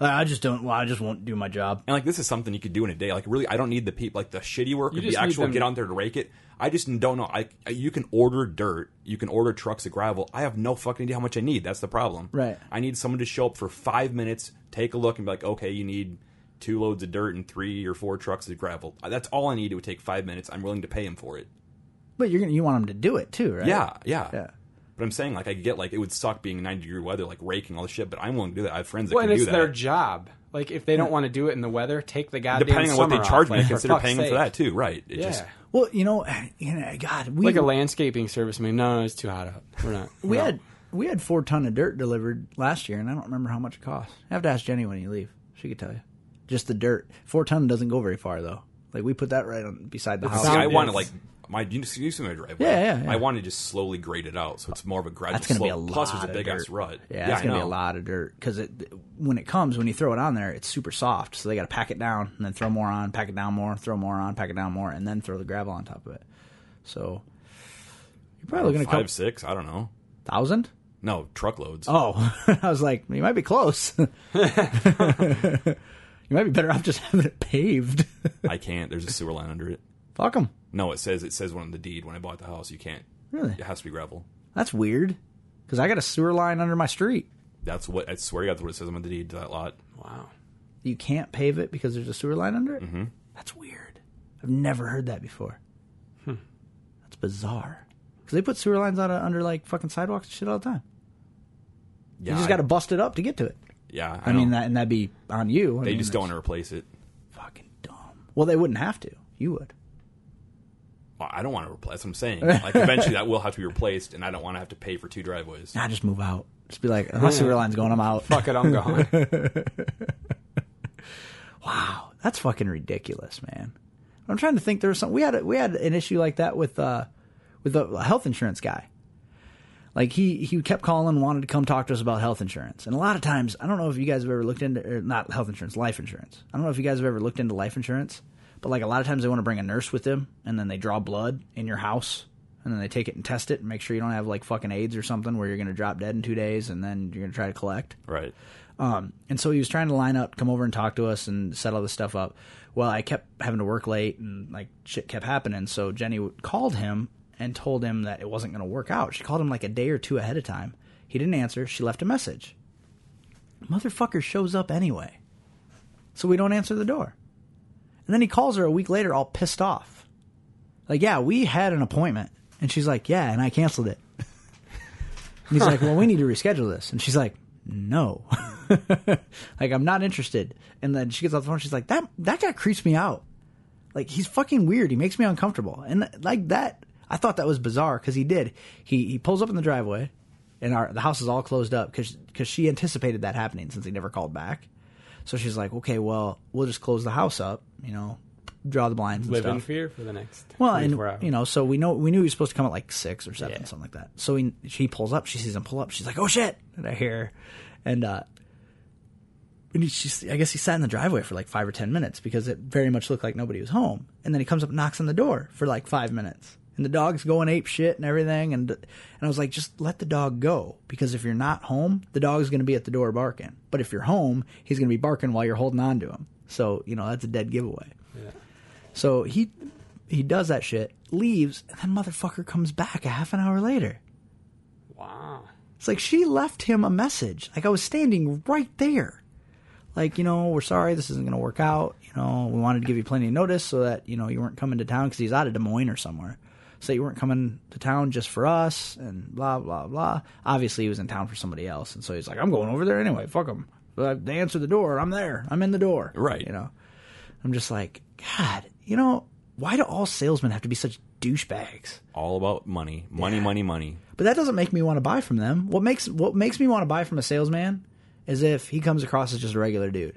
Speaker 6: I just don't. Well, I just won't do my job.
Speaker 5: And like this is something you could do in a day. Like really, I don't need the people like the shitty work
Speaker 4: You
Speaker 5: of the
Speaker 4: just need
Speaker 5: actual
Speaker 4: them-
Speaker 5: get out there to rake it. I just don't know. I I- you can order dirt, you can order trucks of gravel. I have no fucking idea how much I need. That's the problem.
Speaker 6: Right.
Speaker 5: I need someone to show up for five minutes, take a look, and be like, okay, you need two loads of dirt and three or four trucks of gravel. That's all I need. It would take five minutes. I'm willing to pay him for it.
Speaker 6: But you're gonna you want them to do it too, right?
Speaker 5: Yeah, yeah.
Speaker 6: Yeah.
Speaker 5: But I'm saying like I get like it would suck being 90 degree weather, like raking all the shit. But I'm willing to do that. I have friends that
Speaker 4: Well, and
Speaker 5: can do
Speaker 4: it's
Speaker 5: that.
Speaker 4: their job. Like if they don't want to do it in the weather, take the goddamn
Speaker 5: Depending on what they
Speaker 4: summer
Speaker 5: charge
Speaker 4: off,
Speaker 5: me,
Speaker 4: like,
Speaker 5: I
Speaker 4: for
Speaker 5: consider
Speaker 4: fuck's
Speaker 5: paying them
Speaker 4: sake.
Speaker 5: for that too. Right? It
Speaker 4: Yeah,
Speaker 5: just
Speaker 6: Well, you know, you know, God, we
Speaker 4: like a landscaping service. I mean, no, no, it's too hot out. We're not.
Speaker 6: we had we had four ton of dirt delivered last year, and I don't remember how much it cost. I have to ask Jenny when you leave; she could tell you. Just the dirt. Four ton doesn't go very far though. Like we put that right on beside the house.
Speaker 5: See, I
Speaker 4: Sound
Speaker 5: want to
Speaker 4: is-
Speaker 5: like my you see you see my driveway.
Speaker 6: Oh, Yeah, yeah, yeah.
Speaker 5: I want to just slowly grade it out, so it's more of a gradual
Speaker 6: That's going to be a
Speaker 5: slope.
Speaker 6: lot.
Speaker 5: Plus, there's a
Speaker 6: of
Speaker 5: big
Speaker 6: dirt.
Speaker 5: ass rut.
Speaker 6: Yeah, it's
Speaker 5: I
Speaker 6: going to be
Speaker 5: know.
Speaker 6: a lot of dirt because it when it comes when you throw it on there, it's super soft. So they got to pack it down and then throw more on, pack it down more, throw more on, pack it down more, and then throw the gravel on top of it. So you're probably going to
Speaker 5: Uh, Five,
Speaker 6: come
Speaker 5: six. I don't know.
Speaker 6: thousand.
Speaker 5: No truckloads.
Speaker 6: Oh, I was like, you might be close. you might be better off just having it paved.
Speaker 5: I can't. There's a sewer line under it.
Speaker 6: Fuck them.
Speaker 5: No, it says it says one on the deed when I bought the house. You can't.
Speaker 6: Really?
Speaker 5: It has to be gravel.
Speaker 6: That's weird. Because I got a sewer line under my street.
Speaker 5: That's what I swear. to God, That's what it says on the deed to that lot.
Speaker 4: wow.
Speaker 6: You can't pave it because there's a sewer line under it. Mm-hmm. That's weird. I've never heard that before. That's bizarre. Because they put sewer lines on under like fucking sidewalks and shit all the time.
Speaker 5: Yeah,
Speaker 6: You just
Speaker 5: I-
Speaker 6: got to bust it up to get to it.
Speaker 5: Yeah,
Speaker 6: I,
Speaker 5: I,
Speaker 6: mean
Speaker 5: know.
Speaker 6: that, and that'd be on you. I
Speaker 5: They
Speaker 6: mean,
Speaker 5: just don't want
Speaker 6: that's
Speaker 5: to replace it.
Speaker 6: Fucking dumb. Well, they wouldn't have to. You would.
Speaker 5: Well, I don't want to replace. That's what I'm saying. Like eventually that will have to be replaced, and I don't want to have to pay for two driveways.
Speaker 6: Nah, just move out. Just be like, my sewer line's going. I'm out.
Speaker 4: Fuck it, I'm gone.
Speaker 6: That's fucking ridiculous, man. I'm trying to think. There was some. We had a, we had an issue like that with uh with a health insurance guy. Like he he kept calling, wanted to come talk to us about health insurance. And a lot of times, I don't know if you guys have ever looked into or not health insurance, life insurance. I don't know if you guys have ever looked into life insurance, but like a lot of times they want to bring a nurse with them, and then they draw blood in your house, and then they take it and test it and make sure you don't have like fucking AIDS or something where you're going to drop dead in two days, and then you're going to try to collect.
Speaker 5: Right.
Speaker 6: Um, and so he was trying to line up, come over and talk to us and set all this stuff up. Well, I kept having to work late and like shit kept happening. So Jenny w- called him and told him that it wasn't going to work out. She called him like a day or two ahead of time. He didn't answer. She left a message. Motherfucker shows up anyway. So we don't answer the door. And then he calls her a week later, all pissed off. Like, yeah, we had an appointment. And she's like, yeah, and I canceled it. And he's like, well, we need to reschedule this. And she's like, no. like, I'm not interested. And then she gets off the phone. She's like, that, that guy creeps me out. Like, he's fucking weird. He makes me uncomfortable. And like that, I thought that was bizarre because he did. He, he pulls up in the driveway and our, the house is all closed up because she anticipated that happening since he never called back. So she's like, okay, well, we'll just close the house up, you know, draw the blinds and
Speaker 4: Live in
Speaker 6: stuff.
Speaker 4: fear for the next
Speaker 6: Well,
Speaker 4: 24 hours.
Speaker 6: and you know, so we know we knew he was supposed to come at like six or seven, something like that. So he she pulls up, she sees him pull up, she's like, "Oh shit!" And I hear, her. and uh, and he, she's, I guess he sat in the driveway for like five or ten minutes because it very much looked like nobody was home. And then he comes up, and knocks on the door for like five minutes, and the dog's going ape shit and everything. And and I was like, just let the dog go because if you're not home, the dog's going to be at the door barking. But if you're home, he's going to be barking while you're holding on to him. So you know that's a dead giveaway. So he he does that shit, leaves, and then motherfucker comes back a half an hour later.
Speaker 4: wow.
Speaker 6: It's like she left him a message. Like I was standing right there. Like, you know, we're sorry this isn't going to work out. You know, we wanted to give you plenty of notice so that, you know, you weren't coming to town because he's out of Des Moines or somewhere. So you weren't coming to town just for us and blah, blah, blah. Obviously, he was in town for somebody else. And so he's like, I'm going over there anyway. Fuck him. They answer the door. I'm there. I'm in the door.
Speaker 5: Right.
Speaker 6: You know, I'm just like, God, you know, why do all salesmen have to be such douchebags?
Speaker 5: All about money, money, money, money.
Speaker 6: But that doesn't make me want to buy from them. What makes what makes me want to buy from a salesman is if he comes across as just a regular dude.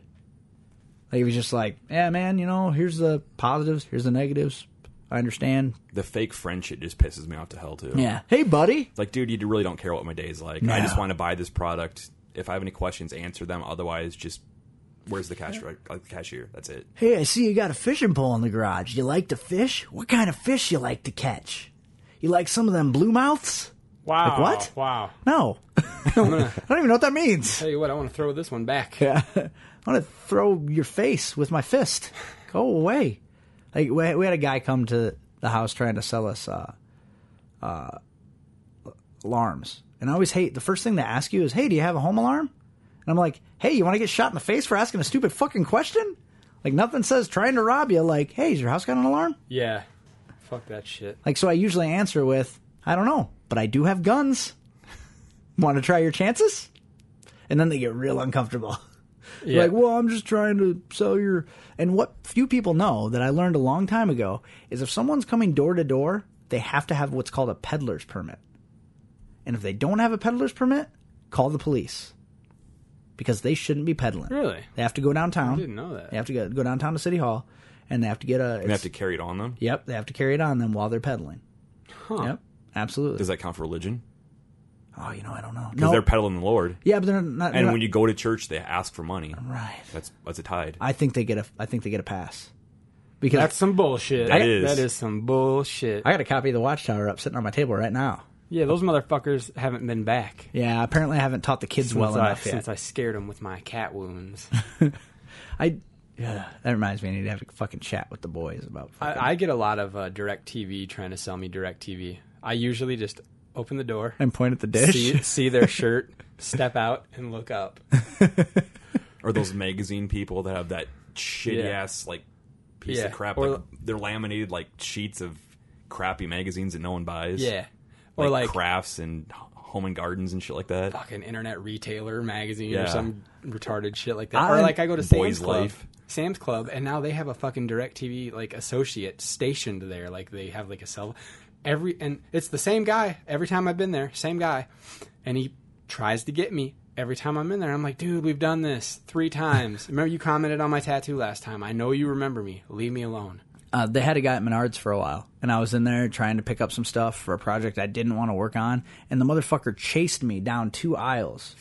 Speaker 6: Like if he's just like, yeah, man, you know, here's the positives, here's the negatives. I understand.
Speaker 5: The fake friend shit just pisses me off to hell too.
Speaker 6: Yeah. Hey, buddy.
Speaker 5: It's like, dude, you really don't care what my day is like. I
Speaker 6: No.
Speaker 5: just want to buy this product. If I have any questions, answer them. Otherwise, just where's the cash? Like the cashier. That's it.
Speaker 6: Hey, I see you got a fishing pole in the garage. You like to fish? What kind of fish you like to catch? You like some of them blue mouths?
Speaker 4: Wow.
Speaker 6: Like, what?
Speaker 4: Wow.
Speaker 6: No, I don't even know what that means.
Speaker 4: Tell you what, I want to throw this one back.
Speaker 6: I want to throw your face with my fist. Go away. Like we we had a guy come to the house trying to sell us uh, uh, alarms, and I always hate the first thing they ask you is, "Hey, do you have a home alarm?" And I'm like, "Hey, you want to get shot in the face for asking a stupid fucking question?" Like nothing says trying to rob you. Like, "Hey, is your house got an alarm?"
Speaker 4: Yeah. Fuck that shit.
Speaker 6: Like so, I usually answer with, "I don't know, but I do have guns. want to try your chances?" And then they get real uncomfortable.
Speaker 4: Yeah.
Speaker 6: Like, well, I'm just trying to sell your. And what few people know that I learned a long time ago is if someone's coming door to door, they have to have what's called a peddler's permit. And if they don't have a peddler's permit, call the police because they shouldn't be peddling.
Speaker 4: Really?
Speaker 6: They have to go downtown.
Speaker 4: I didn't know that.
Speaker 6: They have to go, go downtown to City Hall and they have to get a.
Speaker 5: And they have to carry it on them.
Speaker 6: Yep, they have to carry it on them while they're peddling.
Speaker 4: Huh.
Speaker 6: Yep, absolutely.
Speaker 5: Does that count for religion?
Speaker 6: oh, you know, I don't know.
Speaker 5: Because
Speaker 6: No,
Speaker 5: they're peddling the Lord.
Speaker 6: yeah, Uh-huh. but they're not.
Speaker 5: And
Speaker 6: they're
Speaker 5: when
Speaker 6: not-
Speaker 5: you go to church, they ask for money.
Speaker 6: right,
Speaker 5: That's that's a tide.
Speaker 6: I think they get a. I think they get a pass because
Speaker 4: That's some bullshit.
Speaker 5: That is.
Speaker 4: That is some bullshit.
Speaker 6: I got a copy of the Watchtower up sitting on my table right now.
Speaker 4: yeah, those motherfuckers haven't been back
Speaker 6: Yeah, apparently I haven't taught the kids
Speaker 4: since,
Speaker 6: well
Speaker 4: I,
Speaker 6: enough
Speaker 4: since
Speaker 6: yet.
Speaker 4: I scared them with my cat wounds.
Speaker 6: I, yeah, that reminds me, I need to have a fucking chat with the boys about. Fucking,
Speaker 4: I, I get a lot of uh, direct TV trying to sell me direct TV. I usually just open the door,
Speaker 6: and point at the dish.
Speaker 4: see, see their shirt, step out, and look up.
Speaker 5: Or those magazine people that have that shitty
Speaker 4: Yeah.
Speaker 5: ass like piece
Speaker 4: Yeah.
Speaker 5: of crap.
Speaker 4: Or-
Speaker 5: like, they're laminated like sheets of crappy magazines that no one buys.
Speaker 4: Yeah.
Speaker 5: Like,
Speaker 4: Or like,
Speaker 5: crafts and home and gardens and shit like that.
Speaker 4: fucking internet retailer magazine
Speaker 5: Yeah.
Speaker 4: or some retarded shit like that.
Speaker 6: I-
Speaker 4: or like I go to
Speaker 5: Boys
Speaker 4: Sam's Club.
Speaker 5: Life.
Speaker 4: Sam's Club, and now they have a fucking DirecTV like associate stationed there. Like they have like a cell. Every and it's the same guy every time I've been there. Same guy, and he tries to get me every time I'm in there. I'm like, dude, we've done this three times. remember you commented on my tattoo last time. I know you remember me. Leave me alone.
Speaker 6: uh, they had a guy at Menards for a while, and I was in there trying to pick up some stuff for a project I didn't want to work on, and the motherfucker chased me down two aisles.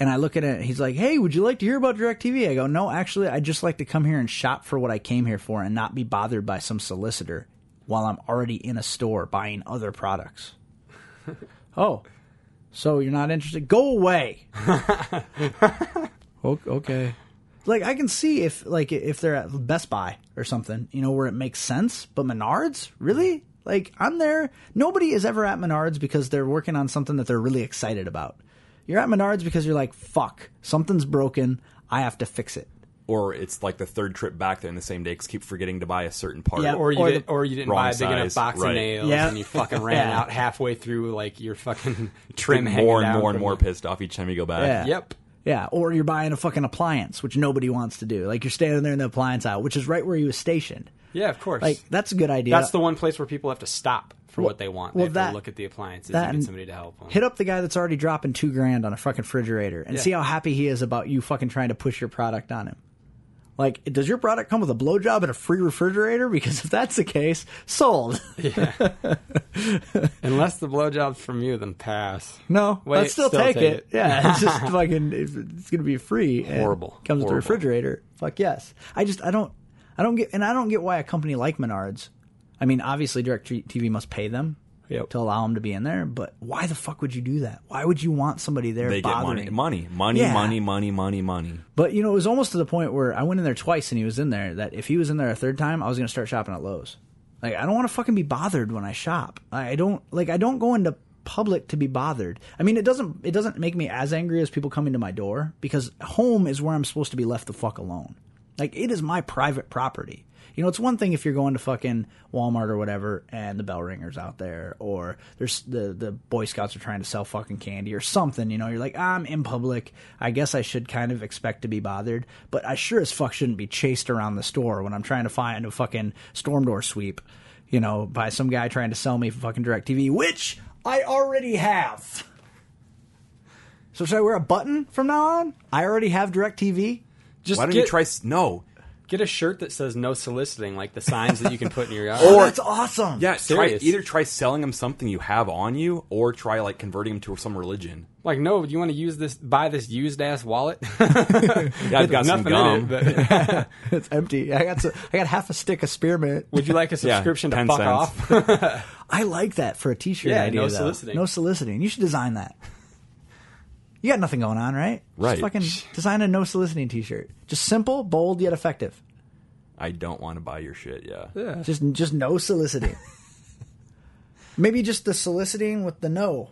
Speaker 6: And I look at it, he's like, "Hey, would you like to hear about DirecTV?" I go, "No, actually, I just like to come here and shop for what I came here for, and not be bothered by some solicitor while I'm already in a store buying other products." oh, so you're not interested? Go away. O- okay. Like I can see if like if they're at Best Buy or something, you know, where it makes sense. But Menards, really? Like I'm there. Nobody is ever at Menards because they're working on something that they're really excited about. You're at Menards because you're like, fuck, something's broken. I have to fix it.
Speaker 5: Or it's like the third trip back there in the same day because keep forgetting to buy a certain part.
Speaker 6: Yeah.
Speaker 4: Or you
Speaker 6: Or
Speaker 4: did,
Speaker 6: the-
Speaker 4: or you didn't
Speaker 5: Wrong
Speaker 4: buy a big enough
Speaker 5: size,
Speaker 4: box
Speaker 5: right.
Speaker 4: of nails
Speaker 6: Yeah.
Speaker 4: and you fucking ran
Speaker 6: Yeah.
Speaker 4: out halfway through like your fucking
Speaker 5: Get
Speaker 4: trim hanging
Speaker 5: more and
Speaker 4: down
Speaker 5: more and
Speaker 4: from
Speaker 5: more
Speaker 4: the-
Speaker 5: pissed off each time you go back.
Speaker 6: Yeah.
Speaker 4: Yep.
Speaker 6: Yeah, or you're buying a fucking appliance, which nobody wants to do. Like you're standing there in the appliance aisle, which is right where you was stationed.
Speaker 4: Yeah, of course.
Speaker 6: Like that's a good idea.
Speaker 4: That's the one place where people have to stop for what they want.
Speaker 6: well,
Speaker 4: they have
Speaker 6: that-
Speaker 4: to look at the appliances
Speaker 6: that
Speaker 4: and
Speaker 6: and
Speaker 4: get somebody to help them.
Speaker 6: hit up the guy that's already dropping two grand on a fucking refrigerator and see how happy he is about you fucking trying to push your product on him. Like, does your product come with a blowjob and a free refrigerator? Because if that's the case, sold.
Speaker 4: Unless the blowjob's from you, then pass.
Speaker 6: No,
Speaker 4: Wait,
Speaker 6: let's still,
Speaker 4: still
Speaker 6: take,
Speaker 4: take
Speaker 6: it.
Speaker 4: it.
Speaker 6: Yeah, it's just fucking. if It's gonna be free. and
Speaker 5: Horrible.
Speaker 6: Comes with a
Speaker 5: Horrible.
Speaker 6: refrigerator. Fuck yes. I just I don't I don't get and I don't get why a company like Menards. I mean, obviously, DirecTV must pay them
Speaker 4: Yep.
Speaker 6: to allow them to be in there. But why the fuck would you do that? Why would you want somebody there
Speaker 5: They get
Speaker 6: bothering?
Speaker 5: money, money, money,
Speaker 6: Yeah.
Speaker 5: money, money, money, money.
Speaker 6: But you know, it was almost to the point where I went in there twice and he was in there. That if he was in there a third time, I was gonna start shopping at Lowe's. Like I don't want to fucking be bothered when I shop. I I don't like I don't go into public to be bothered. I mean, it doesn't it doesn't make me as angry as people coming to my door because home is where I'm supposed to be left the fuck alone. Like it is my private property. You know, it's one thing if you're going to fucking Walmart or whatever, and the bell ringers out there, or there's the the Boy Scouts are trying to sell fucking candy or something. You know, you're like, I'm in public. I guess I should kind of expect to be bothered, but I sure as fuck shouldn't be chased around the store when I'm trying to find a fucking storm door sweep. You know, by some guy trying to sell me fucking Directv, which I already have. So should I wear a button from now on? I already have Directv.
Speaker 4: Just
Speaker 5: Why don't
Speaker 4: get,
Speaker 5: you try? s- No,
Speaker 4: Get a shirt that says no soliciting, like the signs that you can put in your yard.
Speaker 6: Oh, that's awesome.
Speaker 5: Yeah, try,
Speaker 4: Serious.
Speaker 5: either try selling them something you have on you, or try like converting them to some religion.
Speaker 4: like, no, do you want to use this? Buy this used ass wallet?
Speaker 5: Yeah, I've got some
Speaker 4: Nothing
Speaker 5: gum.
Speaker 4: in it. But
Speaker 6: it's empty. I got so, I got half a stick of spearmint.
Speaker 4: would you like a
Speaker 5: Yeah,
Speaker 4: subscription to
Speaker 5: 10
Speaker 4: fuck
Speaker 5: cents.
Speaker 4: off?
Speaker 6: I like that for a T-shirt
Speaker 4: Yeah,
Speaker 6: idea.
Speaker 4: no
Speaker 6: though.
Speaker 4: soliciting.
Speaker 6: No soliciting. You should design that. You got nothing going on, right?
Speaker 5: Right.
Speaker 6: Just fucking design a no soliciting T-shirt. Just simple, bold yet effective.
Speaker 5: I don't want to buy your shit. Yeah,
Speaker 6: Just just no soliciting. Maybe just the soliciting with the no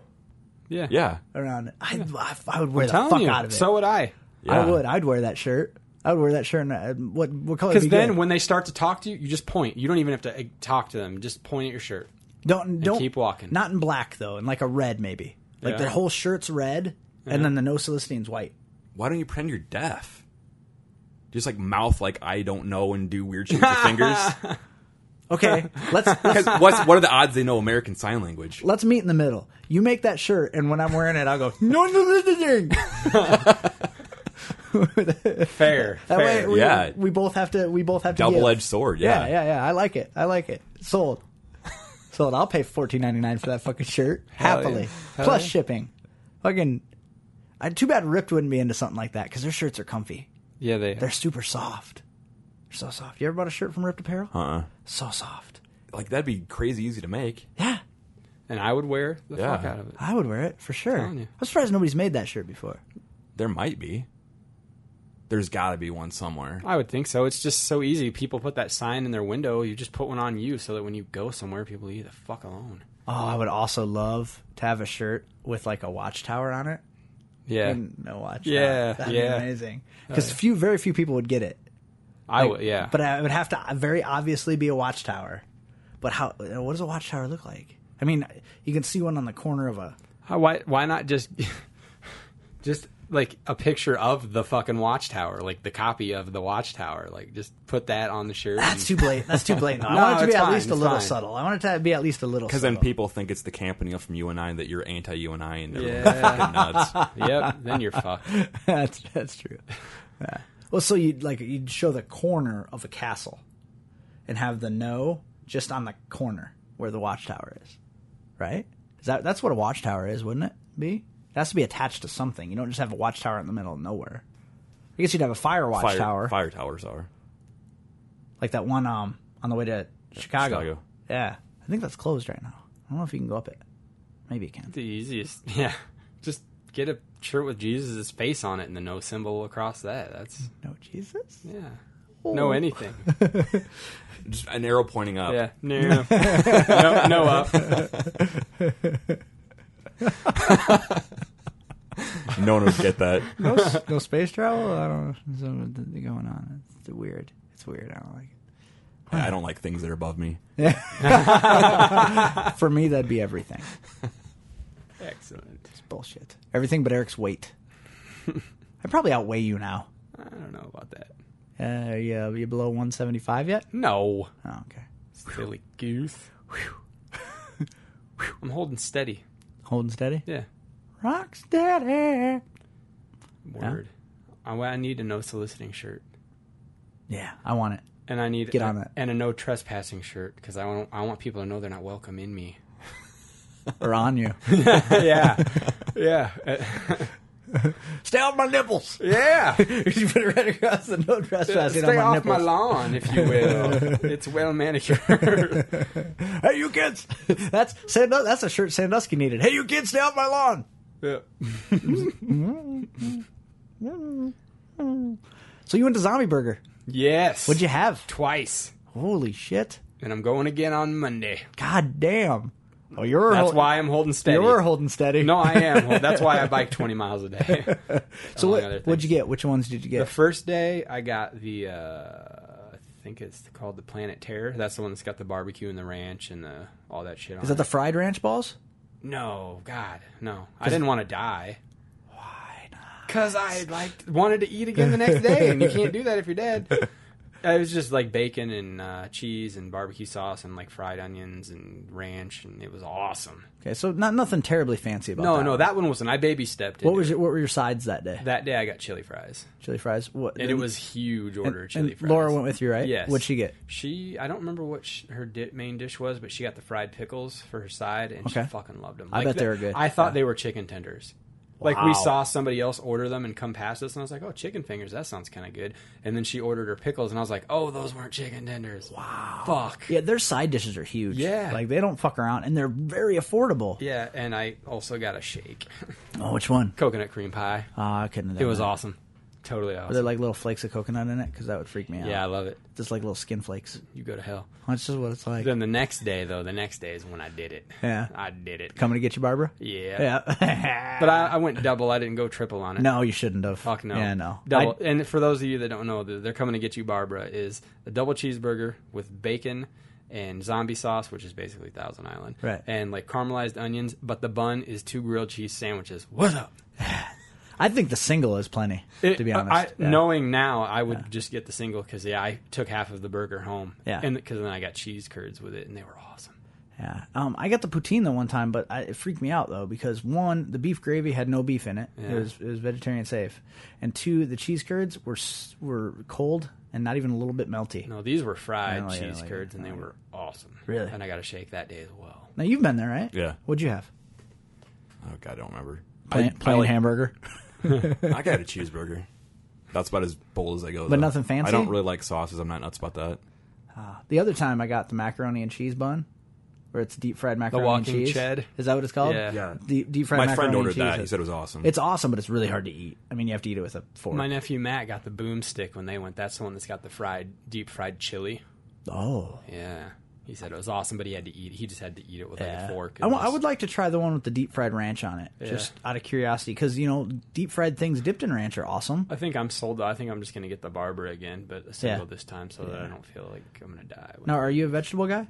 Speaker 4: yeah.
Speaker 5: yeah,
Speaker 6: around it. I, I, I would wear the
Speaker 4: Telling
Speaker 6: fuck
Speaker 4: you,
Speaker 6: out of it.
Speaker 4: so would I.
Speaker 5: yeah.
Speaker 6: I would. I'd wear that shirt. I would wear that shirt. And uh, what what color? would
Speaker 4: Because
Speaker 6: be
Speaker 4: then
Speaker 6: good?
Speaker 4: when they start to talk to you, you just point. You don't even have to uh, talk to them. Just point at your shirt.
Speaker 6: Don't don't
Speaker 4: keep walking.
Speaker 6: Not in black though, in like a red maybe. Like
Speaker 4: Yeah.
Speaker 6: their whole shirt's red, and then the no soliciting's white.
Speaker 5: Why don't you pretend you're deaf? Just like mouth like I don't know and do weird shit with your fingers.
Speaker 6: Okay, let's let's,
Speaker 5: 'Cause What's what are the odds they know American Sign Language?
Speaker 6: let's meet in the middle. You make that shirt, and when I'm wearing it, I'll go no soliciting.
Speaker 4: Fair.
Speaker 6: That way,
Speaker 4: fair.
Speaker 6: we,
Speaker 5: Yeah.
Speaker 6: we both have to we both have to
Speaker 5: Double
Speaker 6: give.
Speaker 5: edged sword.
Speaker 6: Yeah,
Speaker 5: Yeah.
Speaker 6: yeah, yeah. I like it. I like it. Sold. Sold. I'll pay fourteen ninety nine for that fucking shirt happily, plus shipping. Fucking. I, too bad Ripped wouldn't be into something like that because their shirts are comfy.
Speaker 4: yeah, they.
Speaker 6: They're super soft. They're so soft. You ever bought a shirt from Ripped Apparel?
Speaker 5: Uh-uh.
Speaker 6: So soft.
Speaker 5: Like that'd be crazy easy to make.
Speaker 6: Yeah,
Speaker 4: And I would wear the
Speaker 5: Yeah.
Speaker 4: fuck out of it.
Speaker 6: I would wear it for sure.
Speaker 4: telling you.
Speaker 6: I'm surprised nobody's made that shirt before.
Speaker 5: There might be. There's got to be one somewhere.
Speaker 4: I would think so. It's just so easy. People put that sign in their window. You just put one on you so that when you go somewhere, people leave you the fuck alone.
Speaker 6: Oh, I would also love to have a shirt with like a watchtower on it.
Speaker 4: Yeah.
Speaker 6: And no watchtower.
Speaker 4: Yeah,
Speaker 6: that'd
Speaker 4: yeah.
Speaker 6: be amazing. Because few, very few people would get it.
Speaker 4: I would, yeah.
Speaker 6: But I would have to very obviously be a watchtower. But how? What does a watchtower look like? I mean, you can see one on the corner of a.
Speaker 4: How- why why not just just like a picture of the fucking watchtower, like the copy of the watchtower, like just put that on the shirt.
Speaker 6: That's
Speaker 4: and-
Speaker 6: too blatant. That's too blatant. I
Speaker 4: No,
Speaker 6: want it to be
Speaker 4: it's
Speaker 6: at
Speaker 4: fine,
Speaker 6: least a
Speaker 4: it's
Speaker 6: little
Speaker 4: fine.
Speaker 6: subtle. I want it to be at least a little.
Speaker 5: Because
Speaker 6: Because
Speaker 5: then people think it's the campanile from UNI that you're anti UNI and everyone's
Speaker 4: Yeah.
Speaker 5: fucking nuts.
Speaker 4: yep, then you're fucked.
Speaker 6: that's that's true. Yeah. Well, so you'd like you'd show the corner of a castle, and have the no just on the corner where the watchtower is, right? Is that that's what a watchtower is, wouldn't it be? It has to be attached to something. You don't just have a watchtower in the middle of nowhere. I guess you'd have a
Speaker 5: Fire,
Speaker 6: fire watchtower,
Speaker 5: fire towers are.
Speaker 6: like that one um on the way to Chicago.
Speaker 5: Chicago.
Speaker 6: Yeah, I think that's closed right now. I don't know if you can go up it. Maybe you can.
Speaker 4: The easiest. Yeah. Just get a shirt with Jesus' face on it and the no symbol across that. That's
Speaker 6: No Jesus.
Speaker 4: yeah. No anything.
Speaker 5: Just an arrow pointing up.
Speaker 4: Yeah. No. no, no up.
Speaker 5: No one would get that.
Speaker 6: no, s- no space travel. I don't know. There's something going on. It's weird. It's weird. I don't like it.
Speaker 5: I don't like things that are above me.
Speaker 6: For me, that'd be everything.
Speaker 4: Excellent.
Speaker 6: It's bullshit. Everything but Eric's weight. I probably outweigh you now.
Speaker 4: I don't know about that.
Speaker 6: Uh, are you, are you below 175 yet?
Speaker 4: No.
Speaker 6: Oh, okay.
Speaker 4: Silly goose. I'm holding steady.
Speaker 6: Holding steady.
Speaker 4: Yeah.
Speaker 6: Rock steady.
Speaker 4: Word. I, I need a no soliciting shirt.
Speaker 6: Yeah, I want it.
Speaker 4: And I need
Speaker 6: Get
Speaker 4: a,
Speaker 6: on it.
Speaker 4: and a no trespassing shirt because I want I want people to know they're not welcome in me.
Speaker 6: Or on you.
Speaker 4: yeah, yeah,
Speaker 6: Stay off my nipples.
Speaker 4: yeah.
Speaker 6: you put it right across the no trespassing
Speaker 4: Stay
Speaker 6: on my
Speaker 4: off
Speaker 6: nipples.
Speaker 4: my lawn, if you will. it's well manicured.
Speaker 6: Hey, you kids. that's Sand- That's a shirt Sandusky needed. Hey, you kids, stay off my lawn.
Speaker 4: Yeah.
Speaker 6: So you went to Zombie Burger.
Speaker 4: yes.
Speaker 6: What'd you have?
Speaker 4: twice?
Speaker 6: Holy shit.
Speaker 4: And I'm going again on Monday.
Speaker 6: God damn. Oh, you're
Speaker 4: That's
Speaker 6: hol-
Speaker 4: why I'm holding steady.
Speaker 6: you're holding steady.
Speaker 4: no, I am. Well, that's why I bike 20 miles a day.
Speaker 6: So
Speaker 4: among
Speaker 6: what,
Speaker 4: other
Speaker 6: what'd you
Speaker 4: things.
Speaker 6: get? Which ones did you
Speaker 4: The
Speaker 6: get?
Speaker 4: first day, I got the, uh, I think it's called the Planet Terror. That's the one that's got the barbecue and the ranch and the all that shit on
Speaker 6: Is that
Speaker 4: it.
Speaker 6: the fried ranch balls?
Speaker 4: No, God, no. I didn't want to die. Why not? Because I like wanted to eat again the next day, and you can't do that if you're dead. it was just like bacon and uh, cheese and barbecue sauce and like fried onions and ranch, and it was awesome.
Speaker 6: Okay, so not nothing terribly fancy about
Speaker 4: No,
Speaker 6: that.
Speaker 4: no,
Speaker 6: one.
Speaker 4: that one wasn't. I baby stepped.
Speaker 6: What
Speaker 4: into
Speaker 6: was
Speaker 4: it.
Speaker 6: your, what were your sides that day?
Speaker 4: that day? I got chili fries,
Speaker 6: Chili fries. What?
Speaker 4: and it was huge order of chili
Speaker 6: and
Speaker 4: fries.
Speaker 6: Laura went with you, right?
Speaker 4: Yes.
Speaker 6: Eh, What'd she get?
Speaker 4: She, I don't remember what sh her di- main dish was, but she got the fried pickles for her side, and
Speaker 6: Okay.
Speaker 4: she fucking loved them.
Speaker 6: I bet they were good.
Speaker 4: I
Speaker 6: Yeah.
Speaker 4: thought they were chicken tenders. Like we
Speaker 5: Wow.
Speaker 4: saw somebody else order them and come past us, and I was like, "Oh, chicken fingers, that sounds kind of good." And then she ordered her pickles, and I was like, "Oh, those weren't chicken tenders." Wow, fuck.
Speaker 6: Yeah, their side dishes are huge.
Speaker 4: Yeah.
Speaker 6: like they don't fuck around, and they're very affordable.
Speaker 4: Yeah, and I also got a shake,
Speaker 6: Oh, which one?
Speaker 4: coconut cream pie.
Speaker 6: Ah, I couldn't. Have
Speaker 4: It was
Speaker 6: awesome.
Speaker 4: awesome, totally
Speaker 6: Are there
Speaker 4: awesome.
Speaker 6: like little flakes of coconut in it? Because that would freak me out.
Speaker 4: yeah, I love it.
Speaker 6: just like little skin flakes.
Speaker 4: You go to hell.
Speaker 6: That's just what it's like.
Speaker 4: Then the next day, though, the next day is when I did it.
Speaker 6: Yeah.
Speaker 4: I did it.
Speaker 6: Coming to get you, Barbara.
Speaker 4: Yeah,
Speaker 6: Yeah.
Speaker 4: But I, I went double. I didn't go triple on it.
Speaker 6: no, you shouldn't have.
Speaker 4: Fuck no.
Speaker 6: Yeah, no.
Speaker 4: Double.
Speaker 6: I-
Speaker 4: and for those of you that don't know, the- they're coming to get you, Barbara, is a double cheeseburger with bacon and zombie sauce, which is basically Thousand Island.
Speaker 6: Right.
Speaker 4: And like caramelized onions, but the bun is two grilled cheese sandwiches. What up?
Speaker 6: I think the single is plenty.
Speaker 4: It-
Speaker 6: to be
Speaker 4: I-
Speaker 6: honest,
Speaker 4: I-
Speaker 6: Yeah.
Speaker 4: knowing now, I would just get the single because yeah, I took half of the burger home.
Speaker 6: Yeah.
Speaker 4: And because then I got cheese curds with it, and they were awesome.
Speaker 6: Yeah. Um, I got the poutine the one time, but I, it freaked me out though because one, the beef gravy had no beef in it. It
Speaker 4: Yeah.
Speaker 6: was it was vegetarian safe, and two, the cheese curds were s- were cold and not even a little bit melty.
Speaker 4: No, these were fried
Speaker 6: I like it, I
Speaker 4: cheese
Speaker 6: like it,
Speaker 4: curds,
Speaker 6: I
Speaker 4: and they
Speaker 6: like it.
Speaker 4: were awesome.
Speaker 6: Really?
Speaker 4: And I got a shake that day as well.
Speaker 6: Now you've been there, right?
Speaker 5: Yeah.
Speaker 6: What'd you have?
Speaker 5: Oh god, I don't remember.
Speaker 6: Plain,
Speaker 5: I,
Speaker 6: plain
Speaker 5: I, like-
Speaker 6: hamburger.
Speaker 5: I got a cheeseburger. That's about as bold as I go.
Speaker 6: But
Speaker 5: though.
Speaker 6: nothing fancy?
Speaker 5: I don't really like sauces. I'm not nuts about that.
Speaker 6: The other time I got the macaroni and cheese bun, where it's deep fried macaroni and
Speaker 4: walking
Speaker 6: cheese.
Speaker 4: ched?
Speaker 6: Is that what it's called?
Speaker 4: Yeah.
Speaker 5: Yeah.
Speaker 6: Deep, deep fried
Speaker 5: My
Speaker 6: macaroni
Speaker 5: friend ordered
Speaker 6: and cheese.
Speaker 5: that. He said it was awesome.
Speaker 6: It's awesome, but it's really hard to eat. I mean, you have to eat it with a fork.
Speaker 4: My nephew Matt got the boomstick when they went. That's the one that's got the fried, deep fried chili.
Speaker 6: oh.
Speaker 4: Yeah. He said it was awesome, but he had to eat. He just had to eat it with like a fork.
Speaker 6: I,
Speaker 4: It
Speaker 6: w- I
Speaker 4: was-
Speaker 6: would like to try the one with the deep fried ranch on it, just out of curiosity, because you know deep fried things dipped in ranch are awesome.
Speaker 4: I think I'm sold. out. I think I'm just gonna get the barber again, but a single
Speaker 6: Yeah.
Speaker 4: this time, so that I don't feel like I'm gonna die.
Speaker 6: Now, are you a vegetable guy?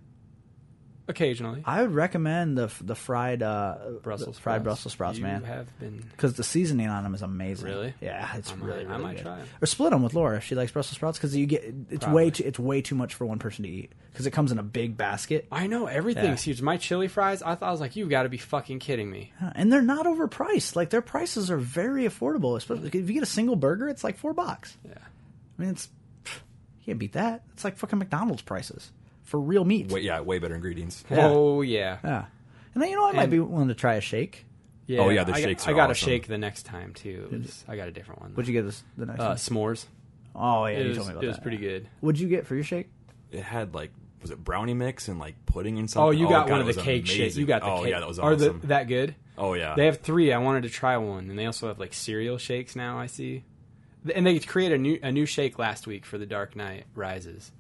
Speaker 4: Occasionally,
Speaker 6: I would recommend the f- the fried uh,
Speaker 4: Brussels
Speaker 6: the fried
Speaker 4: sprouts.
Speaker 6: Brussels sprouts,
Speaker 4: you
Speaker 6: man,
Speaker 4: have been.
Speaker 6: because the seasoning on them is amazing.
Speaker 4: Really?
Speaker 6: Yeah, it's
Speaker 4: I might-
Speaker 6: really,
Speaker 4: I
Speaker 6: really
Speaker 4: might
Speaker 6: good.
Speaker 4: try 'em.
Speaker 6: Or split them with Laura if she likes Brussels sprouts, because you get it's way
Speaker 4: Probably.
Speaker 6: too, it's way too much for one person to eat because it comes in a big basket,
Speaker 4: I know everything's huge. My chili fries. I thought I was like, you've got to be fucking kidding me.
Speaker 6: Uh, and they're not overpriced. Like their prices are very affordable. Especially if you get a single burger, it's like four bucks.
Speaker 4: Yeah.
Speaker 6: I mean, it's pff, you can't beat that. It's like fucking McDonald's prices for real meat.
Speaker 5: Way, yeah, way better ingredients.
Speaker 4: Oh yeah.
Speaker 6: Yeah, and then you know I might
Speaker 4: And-
Speaker 6: be willing to try a shake.
Speaker 4: Yeah.
Speaker 5: Oh, yeah, the
Speaker 4: I got-
Speaker 5: shakes
Speaker 4: I
Speaker 5: are
Speaker 4: got
Speaker 5: awesome.
Speaker 4: a shake the next time too. It was, I got a different one. though.
Speaker 6: What'd you get us the next
Speaker 4: Uh,
Speaker 6: one?
Speaker 4: s'mores.
Speaker 6: Oh yeah,
Speaker 4: It
Speaker 6: you
Speaker 4: was,
Speaker 6: told me about
Speaker 4: it was
Speaker 6: that.
Speaker 4: pretty good.
Speaker 6: What'd you get for your shake?
Speaker 5: It had like was it brownie mix and like pudding and something.
Speaker 4: Oh, you got
Speaker 5: God,
Speaker 4: one
Speaker 5: it
Speaker 4: of the
Speaker 5: was
Speaker 4: cake shit.
Speaker 5: amazing.
Speaker 4: You got the
Speaker 5: oh
Speaker 4: cake.
Speaker 5: yeah, that was
Speaker 4: Are the-
Speaker 5: awesome.
Speaker 4: that good?
Speaker 5: oh yeah,
Speaker 4: They have three. I wanted to try one, and they also have like cereal shakes now. I see, Th- and they created a new a new shake last week for the Dark Knight Rises.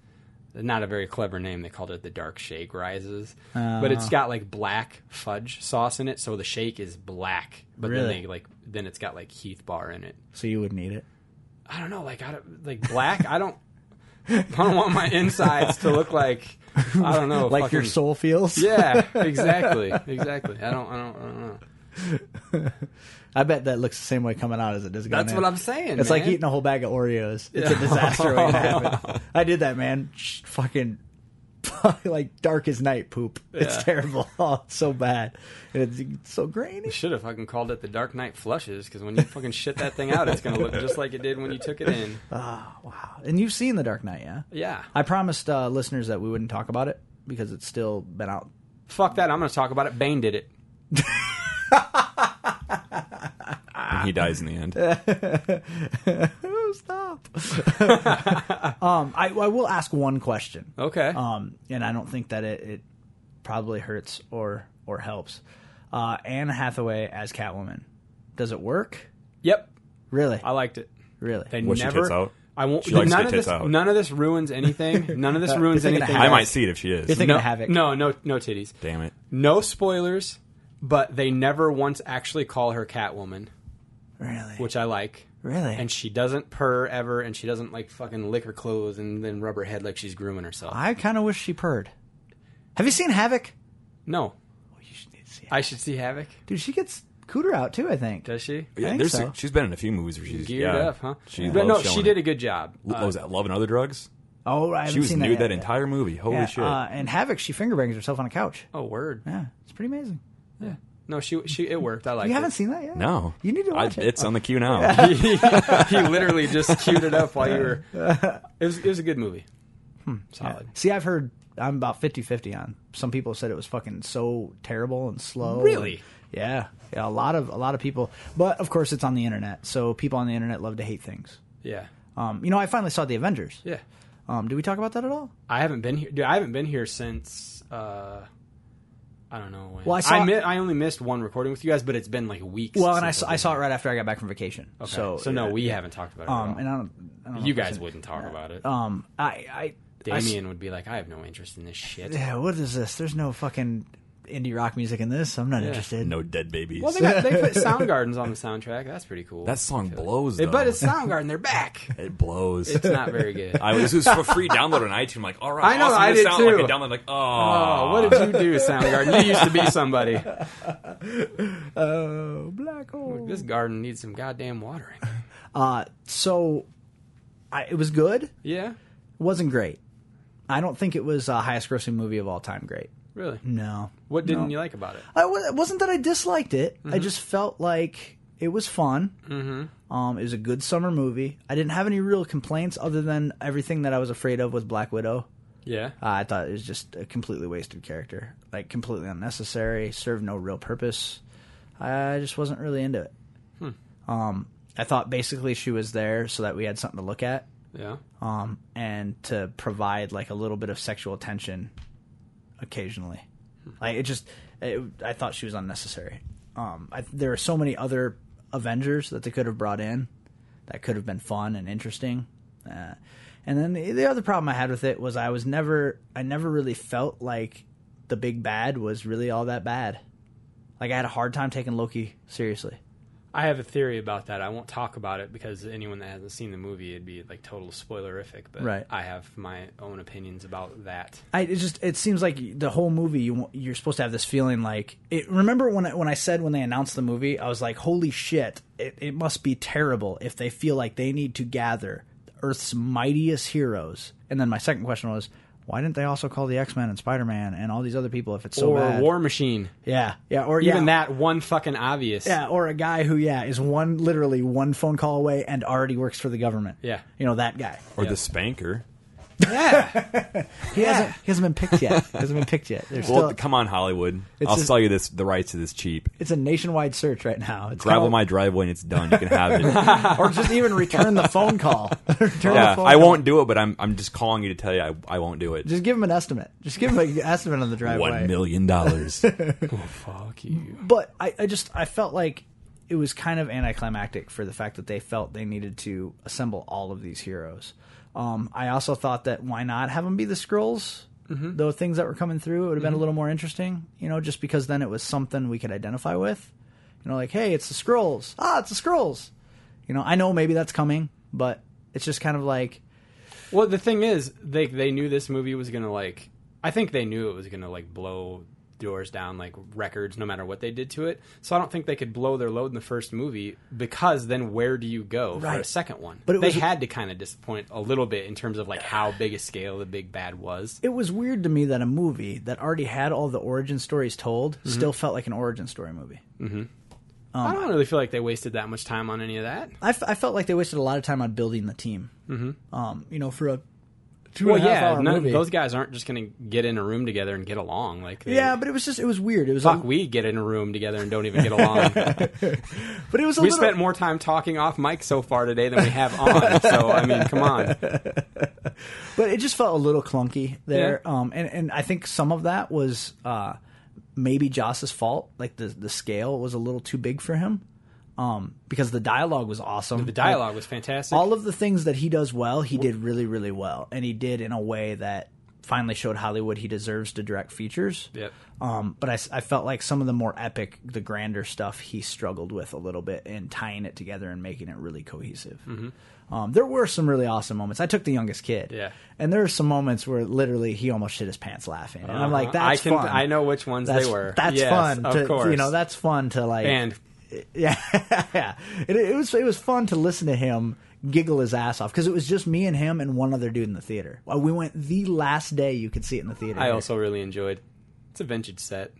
Speaker 4: Not a very clever name. They called it the Dark Shake Rises, but
Speaker 6: Oh.
Speaker 4: it's got like black fudge sauce in it, so the shake is black. But
Speaker 6: Really?
Speaker 4: then they like then it's got like Heath Bar in it.
Speaker 6: So you wouldn't eat it.
Speaker 4: I don't know, like I don't, like black. I don't. I don't want my insides to look like I don't know,
Speaker 6: Like your
Speaker 4: fucking-
Speaker 6: soul feels.
Speaker 4: Yeah, exactly, exactly. I don't, I don't, I don't know.
Speaker 6: I bet that looks the same way coming out as it does. going
Speaker 4: That's
Speaker 6: in.
Speaker 4: what I'm saying.
Speaker 6: It's like
Speaker 4: man.
Speaker 6: eating a whole bag of Oreos. It's a disaster waiting to happen. I did that, man. Shh, Fucking like dark as night poop. It's
Speaker 4: Yeah.
Speaker 6: terrible. Oh, it's so bad. And it's, it's so grainy.
Speaker 4: Should have fucking called it the Dark Knight Flushes because when you fucking shit that thing out, it's gonna look just like it did when you took it in.
Speaker 6: And you've seen The Dark Knight, yeah?
Speaker 4: Yeah,
Speaker 6: I promised uh, listeners that we wouldn't talk about it because it's still been out.
Speaker 4: fuck that. I'm gonna talk about it. Bane did it.
Speaker 5: and he dies in the end.
Speaker 6: Stop. um, I, I will ask one question.
Speaker 4: Okay.
Speaker 6: um, and I don't think that it, it probably hurts or or helps. Uh, Anne Hathaway as Catwoman, does it work?
Speaker 4: yep,
Speaker 6: Really,
Speaker 4: I liked it.
Speaker 6: really.
Speaker 4: They
Speaker 5: Was she
Speaker 4: never.
Speaker 5: tits out?
Speaker 4: I won't.
Speaker 5: She likes to
Speaker 4: none
Speaker 5: get
Speaker 4: of
Speaker 5: tits
Speaker 4: this.
Speaker 5: out.
Speaker 4: None of this ruins anything. None of this ruins
Speaker 6: thinking of
Speaker 4: anything.
Speaker 6: Havoc.
Speaker 5: I
Speaker 4: else.
Speaker 5: might see it if she is.
Speaker 6: You're thinking
Speaker 4: no,
Speaker 6: of Havoc.
Speaker 4: No, no, no titties.
Speaker 5: Damn it.
Speaker 4: No spoilers, but they never once actually call her Catwoman,
Speaker 6: really,
Speaker 4: which I like.
Speaker 6: really.
Speaker 4: And she doesn't purr ever, and she doesn't like fucking lick her clothes and then rub her head like she's grooming herself.
Speaker 6: I kind of wish she purred. Have you seen Havoc?
Speaker 4: no,
Speaker 6: Oh, you should see it.
Speaker 4: I should see Havoc.
Speaker 6: Dude, she gets cooter out too. I think.
Speaker 4: Does she?
Speaker 6: I
Speaker 5: Yeah,
Speaker 6: think
Speaker 5: there's,
Speaker 6: so.
Speaker 5: she's been in a few movies where she's
Speaker 4: Geared
Speaker 5: yeah,
Speaker 4: up, huh?
Speaker 5: She
Speaker 4: but no,
Speaker 5: loves
Speaker 4: she
Speaker 5: showing
Speaker 4: did
Speaker 5: it.
Speaker 4: a good job.
Speaker 5: What was that? Love and Other Drugs.
Speaker 6: Oh, I haven't
Speaker 5: She was
Speaker 6: seen that
Speaker 5: nude
Speaker 6: yet.
Speaker 5: that entire movie. Holy
Speaker 6: yeah,
Speaker 5: shit!
Speaker 6: Uh, and Havoc, she finger bangs herself on a couch.
Speaker 4: Oh, word.
Speaker 6: Yeah, it's pretty amazing.
Speaker 4: No, she she it worked. I like.
Speaker 6: You haven't seen that yet?
Speaker 5: no,
Speaker 6: You need to
Speaker 5: I-
Speaker 6: watch it.
Speaker 5: It's on the queue now.
Speaker 4: he literally just queued it up while you were. It was it was a good movie.
Speaker 6: Hmm,
Speaker 4: Solid.
Speaker 6: See, I've heard I'm about 50-50 on. Some people said it was fucking so terrible and slow.
Speaker 4: Really?
Speaker 6: yeah. Yeah, a lot of a lot of people, but of course it's on the internet. So people on the internet love to hate things.
Speaker 4: Yeah.
Speaker 6: Um, you know, I finally saw The Avengers.
Speaker 4: Yeah.
Speaker 6: Um, did we talk about that at all?
Speaker 4: I haven't been here, dude. I haven't been here since. uh I don't know. When.
Speaker 6: Well, I saw-
Speaker 4: I, mi- I only missed one recording with you guys, but it's been like weeks.
Speaker 6: Well, and I,
Speaker 4: since
Speaker 6: saw,
Speaker 4: I've
Speaker 6: I
Speaker 4: been
Speaker 6: saw it
Speaker 4: here.
Speaker 6: right after I got back from vacation.
Speaker 4: Okay.
Speaker 6: So, uh,
Speaker 4: so no, we haven't talked about it. at
Speaker 6: Um,
Speaker 4: all.
Speaker 6: and I don't, I don't know
Speaker 4: you
Speaker 6: if I
Speaker 4: guys
Speaker 6: said-
Speaker 4: wouldn't talk about it.
Speaker 6: Um, I, I, I s-
Speaker 4: Damien would be like, "I have no interest in this shit."
Speaker 6: yeah, what is this? There's no fucking indie rock music in this. I'm not interested.
Speaker 5: No dead babies.
Speaker 4: Well, they, got, they put Soundgarden's on the soundtrack. That's pretty cool.
Speaker 5: that song blows.
Speaker 4: It-
Speaker 5: Though.
Speaker 4: but it's Soundgarden. They're back.
Speaker 5: it blows.
Speaker 4: It's not very good.
Speaker 5: I was, it was for free download on iTunes. Like, all right,
Speaker 4: I know,
Speaker 5: awesome,
Speaker 4: I
Speaker 5: this
Speaker 4: did
Speaker 5: sound like
Speaker 4: too.
Speaker 5: a download. Like, oh,
Speaker 4: Oh, what did you do, Soundgarden? You used to be somebody.
Speaker 6: Oh, black hole.
Speaker 4: This garden needs some goddamn watering.
Speaker 6: Uh, so I, it was good. It
Speaker 4: Yeah,
Speaker 6: wasn't great. I don't think it was uh, highest grossing movie of all time. Great.
Speaker 4: really.
Speaker 6: No.
Speaker 4: What didn't you like about it?
Speaker 6: I, wa- it wasn't that I disliked it.
Speaker 4: Mm-hmm.
Speaker 6: I just felt like it was fun. Mm-hmm. Um, it was a good summer movie. I didn't have any real complaints other than everything that I was afraid of with Black Widow.
Speaker 4: Yeah,
Speaker 6: Uh, I thought it was just a completely wasted character, like completely unnecessary, served no real purpose. I just wasn't really into it. Um, I thought basically she was there so that we had something to look at,
Speaker 4: yeah.
Speaker 6: um, and to provide like a little bit of sexual tension occasionally. Like it just, it, I thought she was unnecessary. Um, I, there are so many other Avengers that they could have brought in that could have been fun and interesting. Uh, and then the, the other problem I had with it was I was never, I never really felt like the big bad was really all that bad. Like I had a hard time taking Loki seriously.
Speaker 4: I have a theory about that. I won't talk about it because anyone that hasn't seen the movie, it'd be like total spoilerific. But
Speaker 6: Right.
Speaker 4: I have my own opinions about that.
Speaker 6: I it just it seems like the whole movie you you're supposed to have this feeling like it. Remember when I, when I said when they announced the movie, I was like, "Holy shit! It, it must be terrible if they feel like they need to gather Earth's mightiest heroes." And then my second question was, "Why didn't they also call the X Men and Spider Man and all these other people if it's so
Speaker 4: or
Speaker 6: bad?"
Speaker 4: War Machine.
Speaker 6: yeah, yeah, or
Speaker 4: Even
Speaker 6: yeah.
Speaker 4: that one fucking obvious.
Speaker 6: Yeah, or a guy who yeah is one literally one phone call away and already works for the government.
Speaker 4: Yeah.
Speaker 6: you know that guy.
Speaker 5: or the spanker.
Speaker 6: He hasn't he hasn't been picked yet. He hasn't been picked yet. There's
Speaker 5: Well,
Speaker 6: still,
Speaker 5: come on, Hollywood.
Speaker 6: It's
Speaker 5: I'll
Speaker 6: just-
Speaker 5: sell you this the rights to this cheap.
Speaker 6: it's a nationwide search right now. It's
Speaker 5: Gravel
Speaker 6: called-
Speaker 5: my driveway and it's done. You can have it.
Speaker 6: or just even return the phone call. return
Speaker 5: yeah,
Speaker 6: the phone
Speaker 5: I
Speaker 6: call.
Speaker 5: won't do it, but I'm I'm just calling you to tell you I, I won't do it.
Speaker 6: Just give him an estimate. Just give him an estimate on the driveway.
Speaker 5: One million dollars.
Speaker 4: Oh, Fuck you.
Speaker 6: But I, I just I felt like it was kind of anticlimactic for the fact that they felt they needed to assemble all of these heroes. Um, I also thought that why not have them be the scrolls? Though things that were coming through, it would have been a little more interesting, you know, just because then it was something we could identify with. You know, like, hey, it's the scrolls. Ah, it's the scrolls. You know, I know maybe that's coming, but it's just kind of like
Speaker 4: Well, the thing is, they they knew this movie was gonna like. I think they knew it was gonna like blow doors down like records, no matter what they did to it. So I don't think they could blow their load in the first movie because then where do you go for a
Speaker 6: Right.
Speaker 4: second one?
Speaker 6: But it
Speaker 4: they
Speaker 6: was-
Speaker 4: had to kind of disappoint a little bit in terms of like how big a scale the big bad was.
Speaker 6: it was weird to me that a movie that already had all the origin stories told
Speaker 4: Mm-hmm.
Speaker 6: still felt like an origin story movie.
Speaker 4: I don't really feel like they wasted that much time on any of that.
Speaker 6: Um, I, f- I felt like they wasted a lot of time on building the team. Mm-hmm. Um, you know, for a two
Speaker 4: Well,
Speaker 6: and a half
Speaker 4: yeah,
Speaker 6: hour
Speaker 4: none,
Speaker 6: movie.
Speaker 4: those guys aren't just gonna get in a room together and get along. Like, they,
Speaker 6: yeah, but it was just it was weird. It was
Speaker 4: fuck,
Speaker 6: a,
Speaker 4: we get in a room together and don't even get along.
Speaker 6: but it was a
Speaker 4: We
Speaker 6: little.
Speaker 4: spent more time talking off mic so far today than we have on. so I mean, come on.
Speaker 6: but it just felt a little clunky there. Um, and and I think some of that was uh, maybe Joss's fault. Like the the scale was a little too big for him. Um, because the dialogue was awesome.
Speaker 4: The dialogue was fantastic.
Speaker 6: all of the things that he does well, he did really, really well, and he did in a way that finally showed Hollywood he deserves to direct features.
Speaker 4: Yep.
Speaker 6: Um, but I, s- I felt like some of the more epic, the grander stuff, he struggled with a little bit in tying it together and making it really cohesive. Um, there were some really awesome moments. I took the youngest kid,
Speaker 4: Mm-hmm. Yeah.
Speaker 6: and there are some moments where literally he almost shit his pants laughing, and I'm like,
Speaker 4: Uh-huh.
Speaker 6: that's
Speaker 4: I can,
Speaker 6: fun.
Speaker 4: I know which ones
Speaker 6: that's,
Speaker 4: they were.
Speaker 6: That's
Speaker 4: Yes,
Speaker 6: fun.
Speaker 4: of
Speaker 6: to,
Speaker 4: course.
Speaker 6: You know, that's fun to like
Speaker 4: and
Speaker 6: yeah, yeah. It, it was it was fun to listen to him giggle his ass off because it was just me and him and one other dude in the theater. Uh, We went the last day you could see it in the theater.
Speaker 4: I
Speaker 6: here.
Speaker 4: also really enjoyed. It's a vintage set.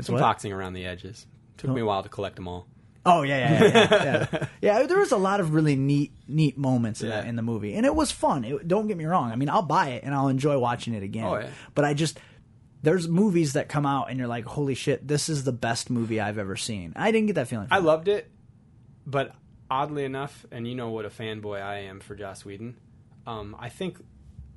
Speaker 6: It's
Speaker 4: Some
Speaker 6: what?
Speaker 4: boxing around the edges. Took me a while to collect them all.
Speaker 6: Oh yeah, yeah, yeah, yeah. yeah. Yeah, There was a lot of really neat, neat moments in,
Speaker 4: Yeah.
Speaker 6: that, in the movie, and it was fun. It, don't get me wrong. I mean, I'll buy it and I'll enjoy watching it again.
Speaker 4: Oh, yeah.
Speaker 6: But I just there's movies that come out and you're like, holy shit, this is the best movie I've ever seen. I didn't get that feeling. From
Speaker 4: I
Speaker 6: it.
Speaker 4: loved it, but oddly enough, and you know what a fanboy I am for Joss Whedon, um, I think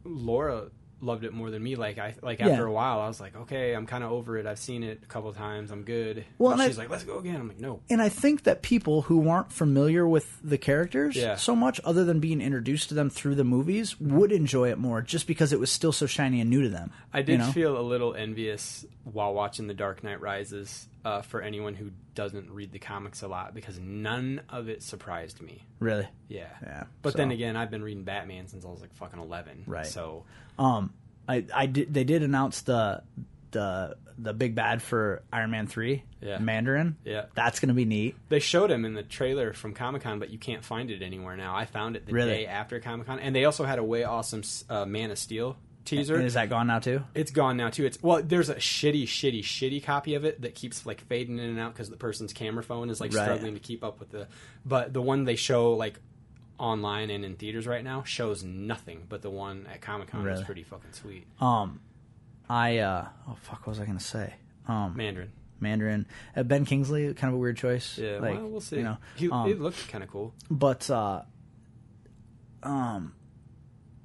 Speaker 4: Laura loved it more than me. Like I like after a while, I was like, okay, I'm kind of over it. I've seen it a couple of times. I'm good.
Speaker 6: Well,
Speaker 4: Well,
Speaker 6: and I-
Speaker 4: she's like, let's go again. I'm like, no.
Speaker 6: and I think that people who weren't familiar with the characters
Speaker 4: Yeah.
Speaker 6: so much, other than being introduced to them through the movies, would enjoy it more just because it was still so shiny and new to them.
Speaker 4: I
Speaker 6: you
Speaker 4: did
Speaker 6: know?
Speaker 4: feel a little envious while watching The Dark Knight Rises uh, for anyone who doesn't read the comics a lot because none of it surprised me.
Speaker 6: really.
Speaker 4: Yeah.
Speaker 6: Yeah,
Speaker 4: But then
Speaker 6: so-
Speaker 4: again, I've been reading Batman since I was like fucking 11.
Speaker 6: Right.
Speaker 4: So
Speaker 6: Um, I, I did, they did announce the the the big bad for Iron Man three,
Speaker 4: Yeah.
Speaker 6: Mandarin.
Speaker 4: Yeah.
Speaker 6: that's gonna be neat.
Speaker 4: They showed him in the trailer from Comic Con, but you can't find it anywhere now. I found it the
Speaker 6: Really?
Speaker 4: day after Comic Con, and they also had a way awesome uh, Man of Steel teaser.
Speaker 6: And is that gone now too?
Speaker 4: it's gone now too. It's well, there's a shitty, shitty, shitty copy of it that keeps like fading in and out because the person's camera phone is like
Speaker 6: Right.
Speaker 4: struggling to keep up with the. But the one they show like online and in theaters right now shows nothing, but the one at Comic Con was
Speaker 6: Really?
Speaker 4: pretty fucking sweet.
Speaker 6: Um, I uh, oh fuck, what was I gonna say? Um,
Speaker 4: Mandarin.
Speaker 6: Mandarin, uh, Ben Kingsley, kind of a weird choice.
Speaker 4: Yeah,
Speaker 6: like,
Speaker 4: well, we'll see.
Speaker 6: You know,
Speaker 4: he,
Speaker 6: um,
Speaker 4: he looked kind of cool.
Speaker 6: but uh, um,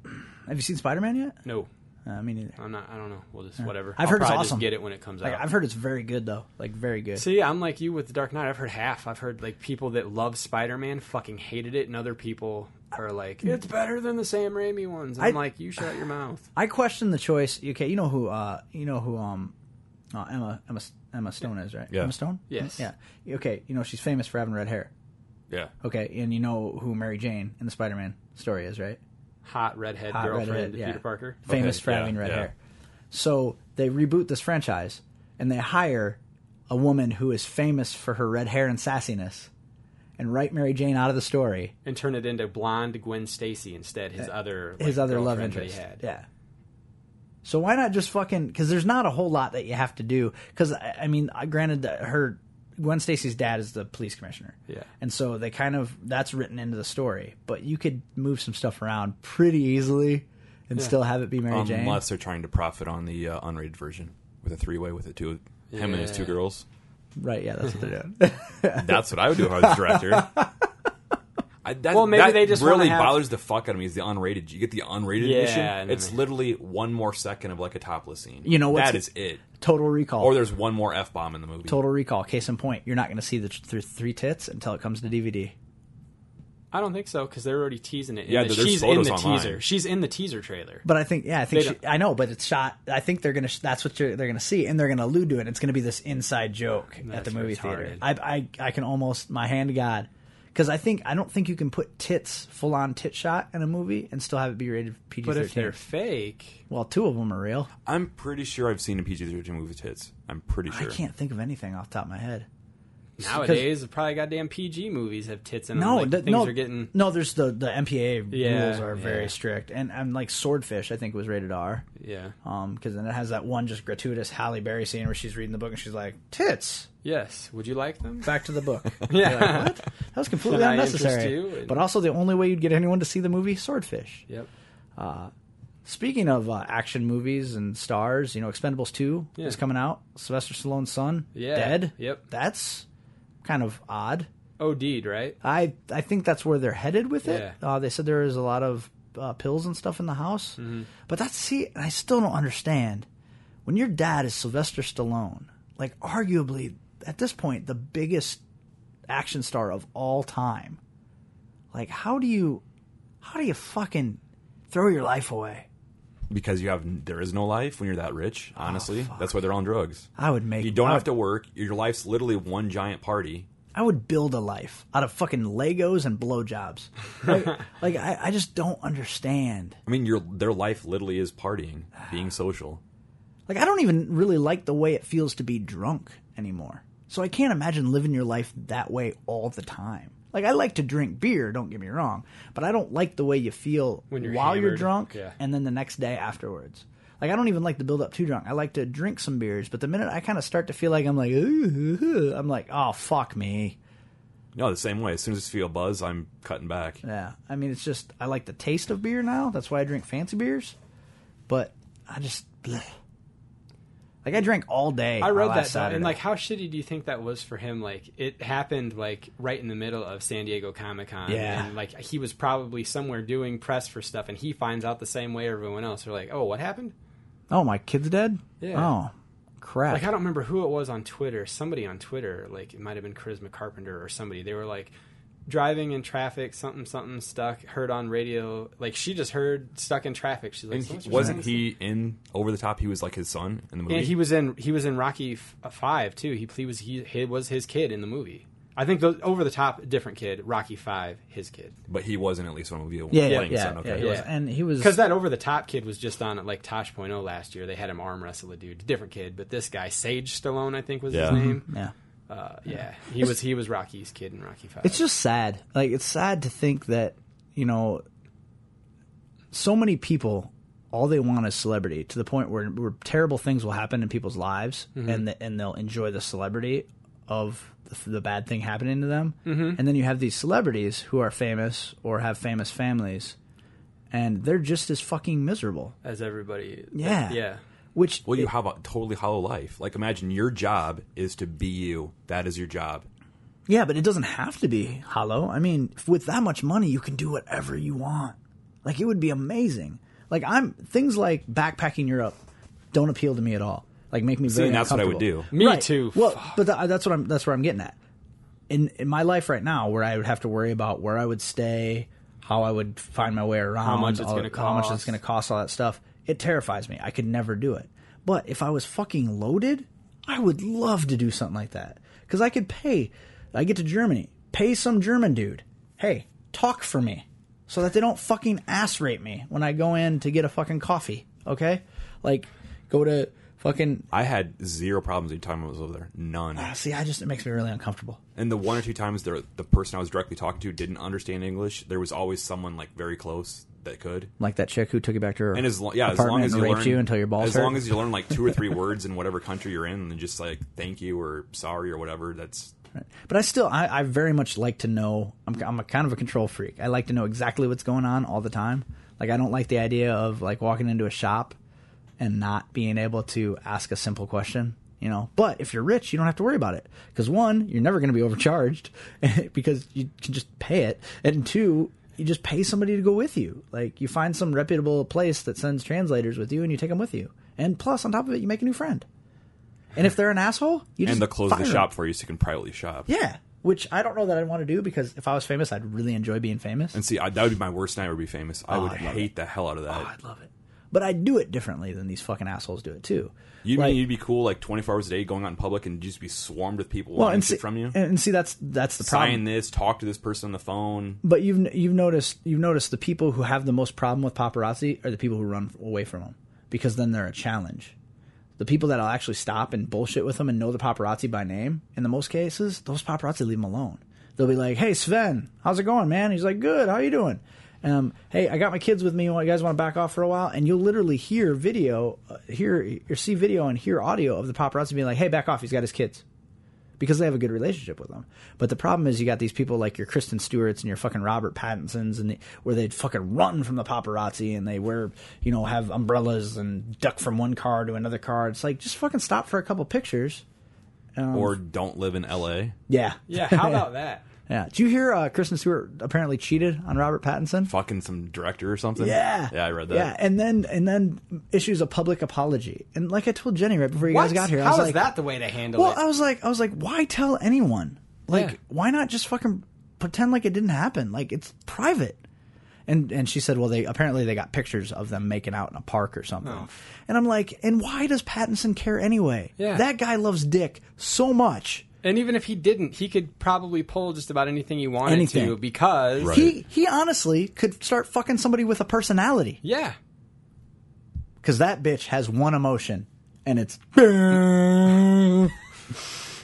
Speaker 6: have you seen Spider Man yet?
Speaker 4: No,
Speaker 6: Uh, me neither.
Speaker 4: I'm not. I don't know. We'll just whatever.
Speaker 6: I've
Speaker 4: I'll
Speaker 6: heard it's
Speaker 4: probably
Speaker 6: awesome.
Speaker 4: Just get it when it comes
Speaker 6: Like,
Speaker 4: out.
Speaker 6: I've heard it's very good though, like very good.
Speaker 4: See, I'm like you with the Dark Knight. I've heard half. I've heard like people that love Spider-Man fucking hated it, and other people are like, "It's better than the Sam Raimi ones." And I'm
Speaker 6: I-
Speaker 4: like, "You shut your mouth."
Speaker 6: I question the choice. Okay, you know who? Uh, you know who? Um, uh, Emma Emma Emma Stone is right.
Speaker 5: Yeah.
Speaker 6: Emma Stone.
Speaker 4: Yes.
Speaker 6: Yeah. Okay. You know she's famous for having red hair.
Speaker 5: Yeah.
Speaker 6: Okay, and you know who Mary Jane in the Spider-Man story is, right?
Speaker 4: Hot redhead
Speaker 6: Hot
Speaker 4: girlfriend
Speaker 6: redhead,
Speaker 4: to
Speaker 6: yeah.
Speaker 4: Peter Parker.
Speaker 6: Famous
Speaker 5: Okay,
Speaker 6: for
Speaker 5: yeah,
Speaker 6: having red
Speaker 5: yeah.
Speaker 6: hair. So they reboot this franchise, and they hire a woman who is famous for her red hair and sassiness, and write Mary Jane out of the story.
Speaker 4: And turn it into blonde Gwen Stacy instead. His other like,
Speaker 6: Uh, his other love
Speaker 4: girlfriend that he
Speaker 6: interest.
Speaker 4: had.
Speaker 6: Yeah. So why not just fucking? Because there's not a whole lot that you have to do. Because I I mean, I- granted that her Gwen Stacy's dad is the police commissioner.
Speaker 4: Yeah.
Speaker 6: And so they kind of that's written into the story, but you could move some stuff around pretty easily and still have it be Mary Jane.
Speaker 5: Unless they're trying to profit on the uh, unrated version with a three way with the two him and his two
Speaker 4: Yeah.
Speaker 5: girls.
Speaker 6: Right? Yeah, that's what they're doing.
Speaker 5: That's what I would do if I was a director. I, that,
Speaker 4: Well, maybe
Speaker 5: that
Speaker 4: they just wanna
Speaker 5: really
Speaker 4: have-
Speaker 5: bothers the fuck out of me. Is the unrated? You get the unrated
Speaker 4: Yeah,
Speaker 5: edition.
Speaker 4: and then
Speaker 5: It's
Speaker 4: they-
Speaker 5: literally one more second of like a topless scene.
Speaker 6: You know what's-
Speaker 5: that is it.
Speaker 6: Total Recall.
Speaker 5: Or there's one more f bomb in the movie.
Speaker 6: Total Recall. Case in point, you're not going to see the th- th- three tits until it comes to DVD.
Speaker 4: I don't think so because they're already teasing it. in
Speaker 5: Yeah,
Speaker 4: the,
Speaker 5: there's
Speaker 4: she's in
Speaker 5: photos
Speaker 4: the
Speaker 5: online.
Speaker 4: teaser. She's in the teaser trailer.
Speaker 6: But I think, yeah, I think
Speaker 4: They
Speaker 6: she, I know, but it's shot. I think they're gonna. sh- That's what you're, they're gonna see, and they're gonna allude to it. and It's gonna be this inside joke at the
Speaker 4: That's
Speaker 6: movie theater.
Speaker 4: retarded.
Speaker 6: I, I, I can almost my hand to God, because I think I don't think you can put tits full on tit shot in a movie and still have it be rated PG
Speaker 4: But if
Speaker 6: thirteen.
Speaker 4: they're fake,
Speaker 6: Well, two of them are real.
Speaker 5: I'm pretty sure I've seen a PG-13 movie with tits. I'm pretty sure.
Speaker 6: I can't think of anything off the top of my head.
Speaker 4: nowadays probably goddamn PG movies have tits in them.
Speaker 6: No,
Speaker 4: Mm, like,
Speaker 6: th-
Speaker 4: things
Speaker 6: no,
Speaker 4: are getting.
Speaker 6: no. There's the the MPA
Speaker 4: Yeah,
Speaker 6: rules are very
Speaker 4: yeah.
Speaker 6: strict, and I'm like Swordfish. I think was rated R.
Speaker 4: Yeah.
Speaker 6: Um, because then it has that one just gratuitous Halle Berry scene where she's reading the book and she's like, "Tits."
Speaker 4: Yes. Would you like them?
Speaker 6: back to the book.
Speaker 4: Yeah.
Speaker 6: You're like, what? That was completely
Speaker 4: Did I
Speaker 6: unnecessary.
Speaker 4: interest you? And-
Speaker 6: But also, the only way you'd get anyone to see the movie Swordfish.
Speaker 4: Yep.
Speaker 6: Speaking of uh, action movies and stars, you know, Expendables Two
Speaker 4: Yeah.
Speaker 6: is coming out. Sylvester Stallone's son,
Speaker 4: Yeah.
Speaker 6: dead.
Speaker 4: Yep.
Speaker 6: That's kind of odd.
Speaker 4: OD'd, right?
Speaker 6: I I think that's where they're headed with it.
Speaker 4: Yeah.
Speaker 6: Uh, they said there is a lot of uh, pills and stuff in the house,
Speaker 5: Mm-hmm.
Speaker 6: but that's see, and I still don't understand. When your dad is Sylvester Stallone, like arguably at this point the biggest action star of all time, like how do you, how do you fucking throw your life away?
Speaker 5: because you have there is no life when you're that rich. Honestly, that's why they're on drugs.
Speaker 6: Oh, I would make
Speaker 5: You don't
Speaker 6: I
Speaker 5: have
Speaker 6: would-
Speaker 5: to work. Your life's literally one giant party.
Speaker 6: I would build a life out of fucking Legos and blowjobs. Like, like I, I just don't understand.
Speaker 5: I mean, your their life literally is partying, being social.
Speaker 6: Like I don't even really like the way it feels to be drunk anymore. So I can't imagine living your life that way all the time. Like I like to drink beer, don't get me wrong, but I don't like the way you feel
Speaker 4: When you're
Speaker 6: while you're
Speaker 4: hammered,
Speaker 6: drunk
Speaker 4: yeah.
Speaker 6: and then the next day afterwards. Like I don't even like to build up too drunk. I like to drink some beers, but the minute I kind of start to feel like I'm like, ooh, I'm like, oh fuck me.
Speaker 5: No, the same way. As soon as I feel a buzz, I'm cutting back.
Speaker 6: Yeah, I mean, it's just I like the taste of beer now. That's why I drink fancy beers. But I just bleh. like I drank all day.
Speaker 4: I
Speaker 6: last
Speaker 4: wrote that down,
Speaker 6: Saturday.
Speaker 4: and like, how shitty do you think that was for him? Like, it happened like right in the middle of San Diego Comic Con,
Speaker 6: Yeah.
Speaker 4: And like, he was probably somewhere doing press for stuff, and he finds out the same way everyone else. They're like, "Oh, what happened?"
Speaker 6: oh, my kid's dead.
Speaker 4: Yeah.
Speaker 6: Oh, crap.
Speaker 4: Like, I don't remember who it was on Twitter. Somebody on Twitter, like, it might have been Charisma Carpenter or somebody. They were like. Driving in traffic, something, something stuck. Heard on radio, like she just heard stuck in traffic. She's like,
Speaker 5: And
Speaker 4: "Someone's
Speaker 5: he,
Speaker 4: just
Speaker 5: wasn't
Speaker 4: saying
Speaker 5: he in over the top? He was like his son in the movie.
Speaker 4: And he was in he was in Rocky F- uh, Five too. He, he was he, he was his kid in the movie. I think those, over the top different kid Rocky Five his kid
Speaker 5: but he was in at least one movie.
Speaker 6: yeah, yeah,
Speaker 5: playing his
Speaker 6: yeah,
Speaker 5: son.
Speaker 6: yeah,
Speaker 5: Okay.
Speaker 6: he was-
Speaker 4: Yeah.
Speaker 6: and he was
Speaker 4: because that over the top kid was just on like Tosh.0 last year. They had him arm wrestle a dude, different kid, but this guy Sage Stallone I think was
Speaker 5: Yeah.
Speaker 4: his name.
Speaker 6: yeah. Mm-hmm.
Speaker 4: Uh, yeah, he was he was Rocky's kid in Rocky Five.
Speaker 6: It's just sad. Like it's sad to think that you know so many people all they want is celebrity to the point where, where terrible things will happen in people's lives
Speaker 4: Mm-hmm.
Speaker 6: and the, and they'll enjoy the celebrity of the, the bad thing happening to them. Mm-hmm. And then you have these celebrities who are famous or have famous families and they're just as fucking miserable.
Speaker 4: as everybody. uh,
Speaker 6: Yeah.
Speaker 4: yeah.
Speaker 6: Which
Speaker 5: Well, you have a totally hollow life. Like, imagine your job is to be you. That is your job.
Speaker 6: Yeah, but it doesn't have to be hollow. I mean, f- with that much money, you can do whatever you want. Like it would be amazing. Like I'm things like backpacking Europe don't appeal to me at all. Like make me very
Speaker 5: and that's what I would
Speaker 6: uncomfortable.
Speaker 5: do.
Speaker 4: Me too.
Speaker 6: Well, but tha- that's what I'm. That's where I'm getting at. In in my life right now, where I would have to worry about where I would stay, how I would find my way around,
Speaker 4: much it's
Speaker 6: all-
Speaker 4: gonna
Speaker 6: how much it's
Speaker 4: cost.
Speaker 6: going to cost, all that stuff. It terrifies me. I could never do it. But if I was fucking loaded, I would love to do something like that because I could pay. I get to Germany, pay some German dude. Hey, talk for me, so that they don't fucking ass rape me when I go in to get a fucking coffee. Okay, like go to fucking.
Speaker 5: I had zero problems any time I was over there. None.
Speaker 6: See, I just it makes me really uncomfortable.
Speaker 5: And the one or two times there, the person I was directly talking to didn't understand English, there was always someone like very close that could.
Speaker 6: like that chick who took you back to her
Speaker 5: And as long, yeah, as
Speaker 6: apartment
Speaker 5: long as
Speaker 6: and
Speaker 5: you
Speaker 6: raped
Speaker 5: learn
Speaker 6: you until your balls
Speaker 5: as
Speaker 6: hurt.
Speaker 5: long as you learn like two or three words in whatever country you're in, and just like thank you or sorry or whatever. That's
Speaker 6: but I still, I, I very much like to know. I'm, I'm a kind of a control freak. I like to know exactly what's going on all the time. Like I don't like the idea of like walking into a shop and not being able to ask a simple question. You know, but if you're rich, you don't have to worry about it because one, you're never going to be overcharged because you can just pay it, and two, you just pay somebody to go with you. Like you find some reputable place that sends translators with you, and you take them with you. And plus, on top of it, you make a new friend. And if they're an asshole, you just
Speaker 5: and they'll close
Speaker 6: fire
Speaker 5: the
Speaker 6: 'em.
Speaker 5: shop for you so you can privately shop.
Speaker 6: Yeah, which I don't know that I'd want to do because if I was famous, I'd really enjoy being famous.
Speaker 5: And see, I, that would be my worst nightmare. Would be famous. I would
Speaker 6: I'd Oh, love
Speaker 5: hate the hell out of that.
Speaker 6: I'd love it, but I'd do it differently than these fucking assholes do it too.
Speaker 5: You
Speaker 6: Like-
Speaker 5: mean you'd be cool like 24 hours a day going out in public and just be swarmed with people
Speaker 6: Well,
Speaker 5: wanting
Speaker 6: and see,
Speaker 5: shit from you?
Speaker 6: and, and see that's that's the problem.
Speaker 5: Sign this, talk to this person on the phone.
Speaker 6: But you've you've noticed you've noticed the people who have the most problem with paparazzi are the people who run away from them because then they're a challenge. The people that'll actually stop and bullshit with them and know the paparazzi by name, in the most cases, those paparazzi leave them alone. They'll be like, "Hey Sven, how's it going, man?" He's like, "Good. How you doing?" Um, hey, I got my kids with me. You guys want to back off for a while? And you'll literally hear video, uh, hear or see video and hear audio of the paparazzi being like, "Hey, back off. He's got his kids." because they have a good relationship with them. But the problem is you got these people like your Kristen Stewart's and your fucking Robert Pattinson's and the, where they'd fucking run from the paparazzi and they wear, you know, have umbrellas and duck from one car to another car. It's like just fucking stop for a couple pictures.
Speaker 5: or don't live in LA.
Speaker 6: Yeah.
Speaker 4: yeah. How about that?
Speaker 6: Yeah. Did you hear uh, Kristen Stewart apparently cheated on Robert Pattinson?
Speaker 5: Fucking some director or something.
Speaker 6: Yeah.
Speaker 5: Yeah, I read that.
Speaker 6: Yeah, and then and then issues a public apology. And like I told Jenny right before you guys
Speaker 4: What?
Speaker 6: got here, I
Speaker 4: How
Speaker 6: was
Speaker 4: is
Speaker 6: like,
Speaker 4: that the way to handle
Speaker 6: Well, uh,
Speaker 4: it?
Speaker 6: I was like, I was like, why tell anyone? Like,
Speaker 4: Yeah.
Speaker 6: why not just fucking pretend like it didn't happen? Like it's private. And and she said, well, they apparently they got pictures of them making out in a park or something.
Speaker 4: Oh.
Speaker 6: And I'm like, and why does Pattinson care anyway?
Speaker 4: Yeah.
Speaker 6: that guy loves dick so much.
Speaker 4: and even if he didn't, he could probably pull just about anything he wanted
Speaker 6: Anything.
Speaker 4: to because
Speaker 5: Right.
Speaker 6: He he honestly could start fucking somebody with a personality
Speaker 4: yeah,
Speaker 6: because that bitch has one emotion, and it's.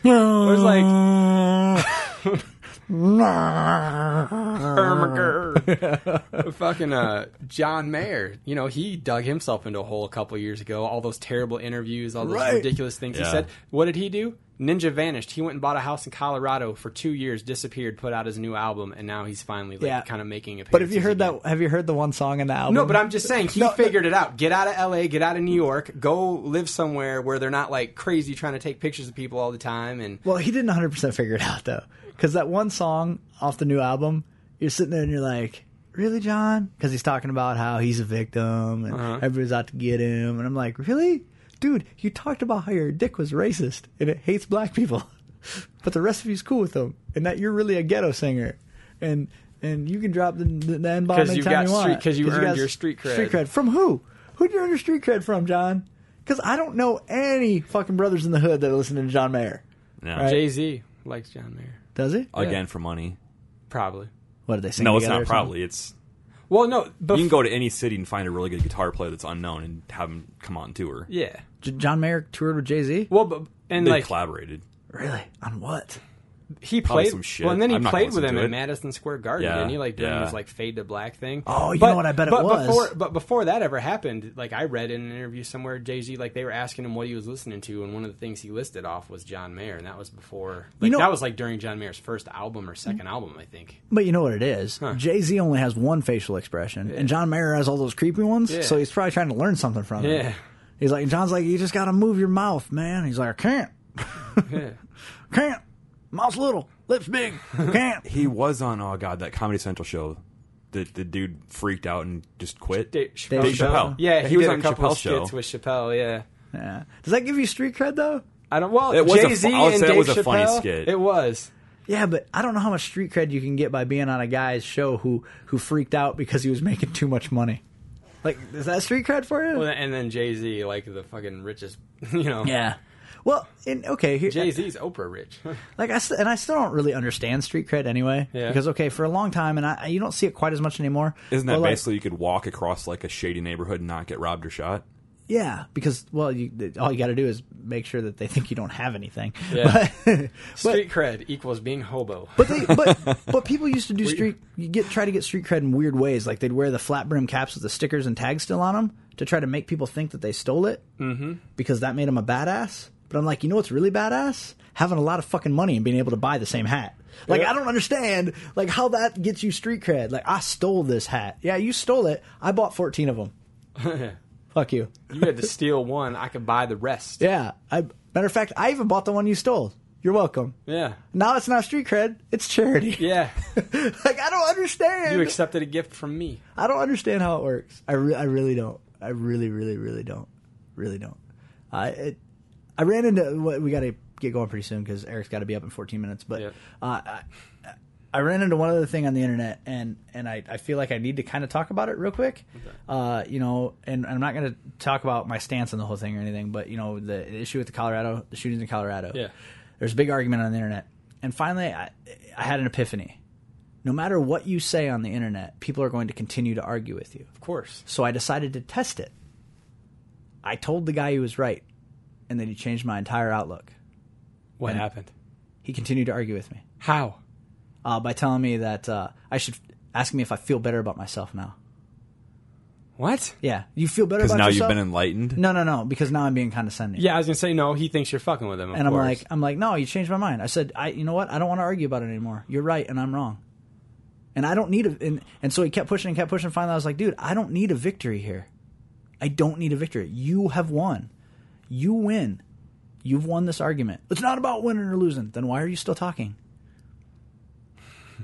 Speaker 6: It
Speaker 4: was like- fucking uh, John Mayer, you know, he dug himself into a hole a couple years ago. All those terrible interviews, all those
Speaker 6: Right.
Speaker 4: ridiculous things he
Speaker 5: Yeah.
Speaker 4: said. What did he do? Ninja vanished. He went and bought a house in Colorado for two years, disappeared, put out his new album, and now he's finally like
Speaker 6: Yeah.
Speaker 4: kind of making a.
Speaker 6: But have you heard that? Have you heard the one song in the album?
Speaker 4: No, but I'm just saying he
Speaker 6: No, no.
Speaker 4: figured it out. Get out of L.A., get out of New York, go live somewhere where they're not like crazy trying to take pictures of people all the time. And
Speaker 6: Well, he didn't 100 percent figure it out though, because that one song off the new album, you're sitting there and you're like, "Really, John?" Because he's talking about how he's a victim and
Speaker 4: Uh-huh.
Speaker 6: everybody's out to get him, and I'm like, "Really, dude? You talked about how your dick was racist and it hates black people, but the rest of you's cool with them, and that you're really a ghetto singer, and and you can drop the the, the n bomb
Speaker 4: 'Cause
Speaker 6: anytime
Speaker 4: you've got
Speaker 6: you want
Speaker 4: street- 'cause you earned
Speaker 6: got
Speaker 4: your street cred.
Speaker 6: Street cred from who? Who would you earn your street cred from, John? Because I don't know any fucking brothers in the hood that listen to John Mayer.
Speaker 5: No.
Speaker 6: Right.
Speaker 4: Jay Z likes John Mayer,
Speaker 6: Does he?
Speaker 5: Again for money.
Speaker 4: probably.
Speaker 6: What did they say?
Speaker 5: No, it's not probably. It's
Speaker 4: Well, no, but
Speaker 5: you can go to any city and find a really good guitar player that's unknown and have him come on tour.
Speaker 4: yeah.
Speaker 6: John Mayer toured with Jay Z.
Speaker 4: Well, but and
Speaker 5: They
Speaker 4: like
Speaker 5: collaborated.
Speaker 6: Really? On what?
Speaker 4: he
Speaker 5: Probably
Speaker 4: played
Speaker 5: some shit.
Speaker 4: Well, and then he
Speaker 5: I'm not gonna
Speaker 4: played with
Speaker 5: listen
Speaker 4: him
Speaker 5: to
Speaker 4: in
Speaker 5: it.
Speaker 4: Madison Square Garden,
Speaker 5: Yeah,
Speaker 4: didn't he? Like during
Speaker 5: yeah.
Speaker 4: his like fade to black thing.
Speaker 6: Oh, you know what? I bet it
Speaker 4: but
Speaker 6: was.
Speaker 4: Before, but before that ever happened, like I read in an interview somewhere, Jay Z, like they were asking him what he was listening to, and one of the things he listed off was John Mayer, and that was before. Like
Speaker 6: know-
Speaker 4: that was like during John Mayer's first album or second album, I think.
Speaker 6: But you know what it is. Jay Z only has one facial expression, and John Mayer has all those creepy ones.
Speaker 4: Yeah.
Speaker 6: So he's probably trying to learn something from it.
Speaker 4: Yeah.
Speaker 6: He's like, John's like, you just got to move your mouth, man. He's like, I can't, can't. Mouth's little, lips big, can't.
Speaker 5: He was on oh god that Comedy Central show. The the dude freaked out and just quit.
Speaker 4: Dave Chappelle.
Speaker 6: Dave
Speaker 4: show.
Speaker 6: Chappelle.
Speaker 4: Yeah,
Speaker 5: He
Speaker 4: he,
Speaker 5: was
Speaker 4: did
Speaker 5: on
Speaker 4: a couple
Speaker 5: Chappelle's
Speaker 4: skits
Speaker 5: show.
Speaker 4: with Chappelle. Yeah.
Speaker 6: Yeah. Does that give you street cred though?
Speaker 4: I don't. Well,
Speaker 5: It was a fu-
Speaker 4: Jay Z
Speaker 5: I would
Speaker 4: and
Speaker 5: say it
Speaker 4: Dave
Speaker 5: was a funny
Speaker 4: Chappelle,
Speaker 5: skit.
Speaker 4: It was.
Speaker 6: Yeah, but I don't know how much street cred you can get by being on a guy's show who who freaked out because he was making too much money. Like, is that street cred for you?
Speaker 4: Well, and then Jay Z, like the fucking richest, you know.
Speaker 6: yeah. Well, in, okay. Here,
Speaker 4: Jay Z's Oprah rich.
Speaker 6: like I st- and I still don't really understand street cred anyway.
Speaker 4: Yeah.
Speaker 6: Because okay, for a long time, and I you don't see it quite as much anymore.
Speaker 5: Isn't that
Speaker 6: But, like,
Speaker 5: basically you could walk across like a shady neighborhood and not get robbed or shot?
Speaker 6: yeah? Because well, you, th- all you got to do is make sure that they think you don't have anything.
Speaker 4: Yeah.
Speaker 6: But,
Speaker 4: Street cred equals being hobo.
Speaker 6: but they but but people used to do street you get try to get street cred in weird ways. Like they'd wear the flat brim caps with the stickers and tags still on them to try to make people think that they stole it mm-hmm. because that made them a badass. But I'm like, you know what's really badass? Having a lot of fucking money and being able to buy the same hat. Like
Speaker 4: Yeah.
Speaker 6: I don't understand like how that gets you street cred. Like I stole this hat. Yeah, you stole it. I bought 14 of them. Fuck you.
Speaker 4: You had to steal one, I could buy the rest.
Speaker 6: Yeah. I matter of fact, I even bought the one you stole. You're welcome.
Speaker 4: Yeah.
Speaker 6: Now it's not street cred. It's charity.
Speaker 4: Yeah.
Speaker 6: like I don't understand.
Speaker 4: You accepted a gift from me.
Speaker 6: I don't understand how it works. I, re- I really don't. I really, really, really don't. Really don't. I it, I ran into what we got to get going pretty soon because Eric's got to be up in 14 minutes. But
Speaker 4: Yep.
Speaker 6: uh, I, I ran into one other thing on the internet, and and I, I feel like I need to kind of talk about it real quick. Uh, you know, and I'm not going to talk about my stance on the whole thing or anything, but you know, the issue with the Colorado, the shootings in Colorado.
Speaker 4: Yeah.
Speaker 6: There's a big argument on the internet, and finally, I I had an epiphany no matter what you say on the internet, people are going to continue to argue with you.
Speaker 4: Of course.
Speaker 6: So I decided to test it. I told the guy he was right, and then he changed my entire outlook.
Speaker 4: What happened?
Speaker 6: He continued to argue with me
Speaker 4: How?
Speaker 6: uh, by telling me that uh, I should ask me if I feel better about myself now.
Speaker 4: What?
Speaker 6: Yeah, you feel better
Speaker 5: Because
Speaker 6: about
Speaker 5: now
Speaker 6: yourself.
Speaker 5: you've been enlightened.
Speaker 6: no, no, no, because now I'm being condescending.
Speaker 4: Yeah, I was gonna say no, he thinks you're fucking with him. Of
Speaker 6: and I'm
Speaker 4: course.
Speaker 6: like, I'm like, no, you changed my mind. I said, I, you know what? I don't want to argue about it anymore. You're right, and I'm wrong. And I don't need a, and, and so he kept pushing and kept pushing. Finally, I was like, dude, I don't need a victory here. I don't need a victory. You have won. You win. You've won this argument. It's not about winning or losing. Then why are you still talking?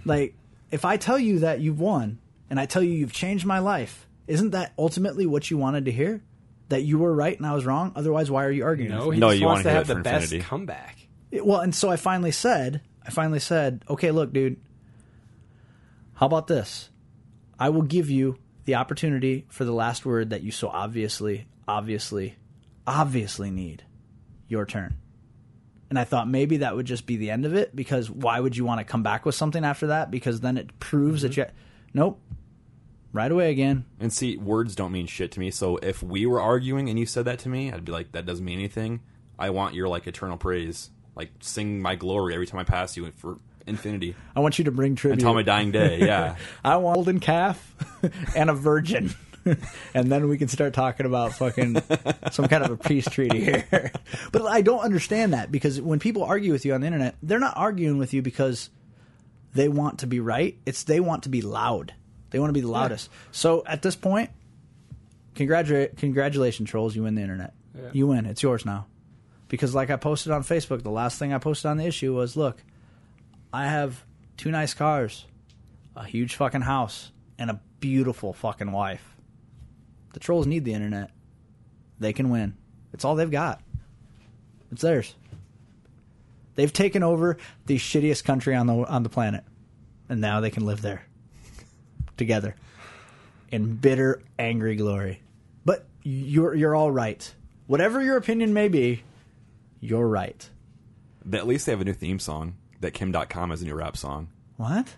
Speaker 6: like, if I tell you that you've won and I tell you you've changed my life, isn't that ultimately what you wanted to hear? That you were right and I was wrong? Otherwise, why are you arguing? with
Speaker 4: no, he
Speaker 5: No,
Speaker 4: just
Speaker 5: you
Speaker 4: wants
Speaker 5: wanna
Speaker 4: to
Speaker 5: hear
Speaker 4: have
Speaker 5: that
Speaker 4: the
Speaker 5: for
Speaker 4: best
Speaker 5: infinity.
Speaker 4: comeback.
Speaker 6: it- well, and so I finally said, I finally said, okay, look, dude, how about this? I will give you the opportunity for the last word that you so obviously, obviously, obviously need. Your turn. And I thought maybe that would just be the end of it because why would you want to come back with something after that? Because then it proves that you. Nope. Right away again.
Speaker 5: And see, words don't mean shit to me. So if we were arguing and you said that to me, I'd be like, that doesn't mean anything. I want your like eternal praise. Like sing my glory every time I pass you and for infinity
Speaker 6: I want you to bring tribute.
Speaker 5: until my dying day. Yeah.
Speaker 6: I want a golden calf and a virgin. and then we can start talking about fucking some kind of a peace treaty here. but I don't understand that because when people argue with you on the internet, they're not arguing with you because they want to be right. It's they want to be loud. They want to be the loudest. So at this point, congratulate congratulations trolls, you win the internet.
Speaker 4: Yeah.
Speaker 6: You win. It's yours now. Because like I posted on Facebook, the last thing I posted on the issue was, look, I have two nice cars a huge fucking house and a beautiful fucking wife. The trolls need the internet. They can win. It's all they've got. It's theirs. They've taken over the shittiest country on the on the planet, and now they can live there together in bitter, angry glory. But you're you're all right. Whatever your opinion may be, you're right.
Speaker 5: At least they have a new theme song that Kim.com has a new rap song.
Speaker 6: What?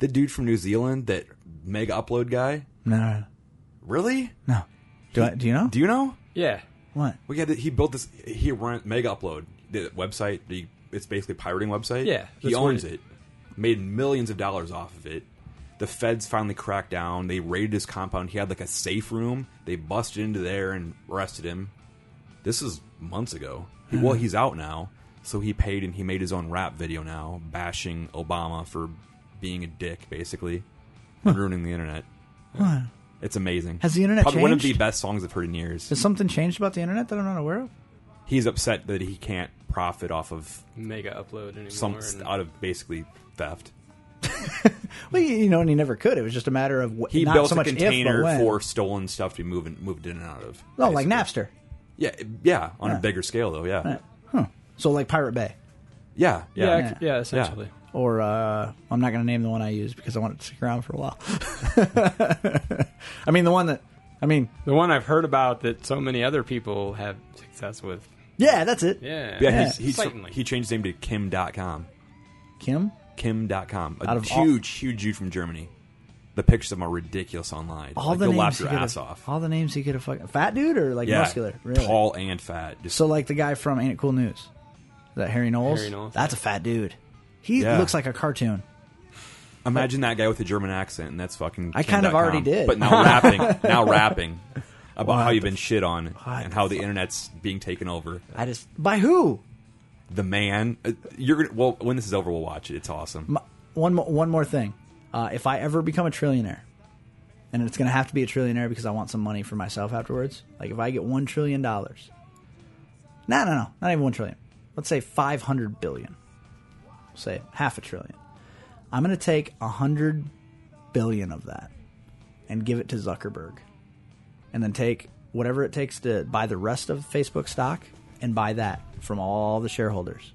Speaker 5: The dude from New Zealand, that mega upload guy.
Speaker 6: No, no,
Speaker 5: Really?
Speaker 6: no. no. Do I, do you know?
Speaker 5: Do you know?
Speaker 4: Yeah.
Speaker 6: what?
Speaker 5: We got he built this. He ran Mega Upload, the website. The, it's basically a pirating website.
Speaker 4: Yeah,
Speaker 5: he
Speaker 4: that's what
Speaker 5: owns
Speaker 4: it-
Speaker 5: it. Made millions of dollars off of it. The feds finally cracked down. They raided his compound. He had like a safe room. They busted into there and arrested him. This is months ago. He- well,
Speaker 6: Hmm.
Speaker 5: he's out now. So he paid and he made his own rap video now, bashing Obama for being a dick, basically, and ruining the internet.
Speaker 6: What?
Speaker 5: It's amazing.
Speaker 6: Has the internet
Speaker 5: Probably one of the
Speaker 6: changed?
Speaker 5: best songs I've heard in years.
Speaker 6: Has something changed about the internet that I'm not aware of?
Speaker 5: he's upset that he can't profit off of
Speaker 4: Mega upload anymore.
Speaker 5: some
Speaker 4: and-
Speaker 5: out of basically theft.
Speaker 6: Well, you you know, and he never could. It was just a matter of wh-
Speaker 5: He
Speaker 6: not
Speaker 5: built
Speaker 6: so
Speaker 5: a
Speaker 6: much if, but
Speaker 5: container
Speaker 6: when.
Speaker 5: for stolen stuff to be moved moved in and out of.
Speaker 6: no, like
Speaker 5: basically.
Speaker 6: Napster.
Speaker 5: Yeah, it- yeah, on
Speaker 6: Yeah.
Speaker 5: a bigger scale though. Yeah,
Speaker 6: Huh. So like Pirate Bay,
Speaker 5: yeah,
Speaker 4: yeah,
Speaker 5: yeah.
Speaker 4: I c- yeah, essentially.
Speaker 6: or uh, I'm not going to name the one I use because I want it to stick around for a while. I mean, the one that, I mean,
Speaker 4: The one I've heard about that so many other people have success with.
Speaker 6: yeah, that's it.
Speaker 4: Yeah.
Speaker 5: Yeah, he's,
Speaker 6: Yeah.
Speaker 5: he's,
Speaker 4: Slightly.
Speaker 5: he changed his name to Kim.com.
Speaker 6: Kim.
Speaker 5: Kim.com. A
Speaker 6: Out of all-
Speaker 5: huge, huge dude from Germany. The pictures of him are ridiculous online.
Speaker 6: All
Speaker 5: like,
Speaker 6: the
Speaker 5: you'll
Speaker 6: names
Speaker 5: laugh
Speaker 6: he
Speaker 5: your
Speaker 6: could
Speaker 5: ass
Speaker 6: have,
Speaker 5: off.
Speaker 6: All the names he could have fucking fat dude or like
Speaker 5: yeah,
Speaker 6: muscular, really.
Speaker 5: tall and fat. Just
Speaker 6: So like the guy from Ain't It Cool News, Is that Harry Knowles.
Speaker 4: Harry Knowles,
Speaker 6: That's a fat dude. He
Speaker 5: Yeah.
Speaker 6: looks like a cartoon.
Speaker 5: Imagine that guy with a German accent, and that's fucking.
Speaker 6: I kind of
Speaker 5: Kim.com.
Speaker 6: already did.
Speaker 5: but now rapping, now rapping about
Speaker 6: What
Speaker 5: how you've
Speaker 6: the
Speaker 5: been shit on and
Speaker 6: the
Speaker 5: how the internet's being taken over.
Speaker 6: I just by who?
Speaker 5: The man, uh, you're gonna. Well, when this is over, we'll watch it. It's awesome.
Speaker 6: My- one more, one more thing. Uh, if I ever become a trillionaire, and it's going to have to be a trillionaire because I want some money for myself afterwards. Like if I get one trillion dollars, no, no, no, not even one trillion. Let's say five hundred billion. Say half a trillion. I'm going to take a hundred billion of that and give it to Zuckerberg, and then take whatever it takes to buy the rest of Facebook stock and buy that from all the shareholders.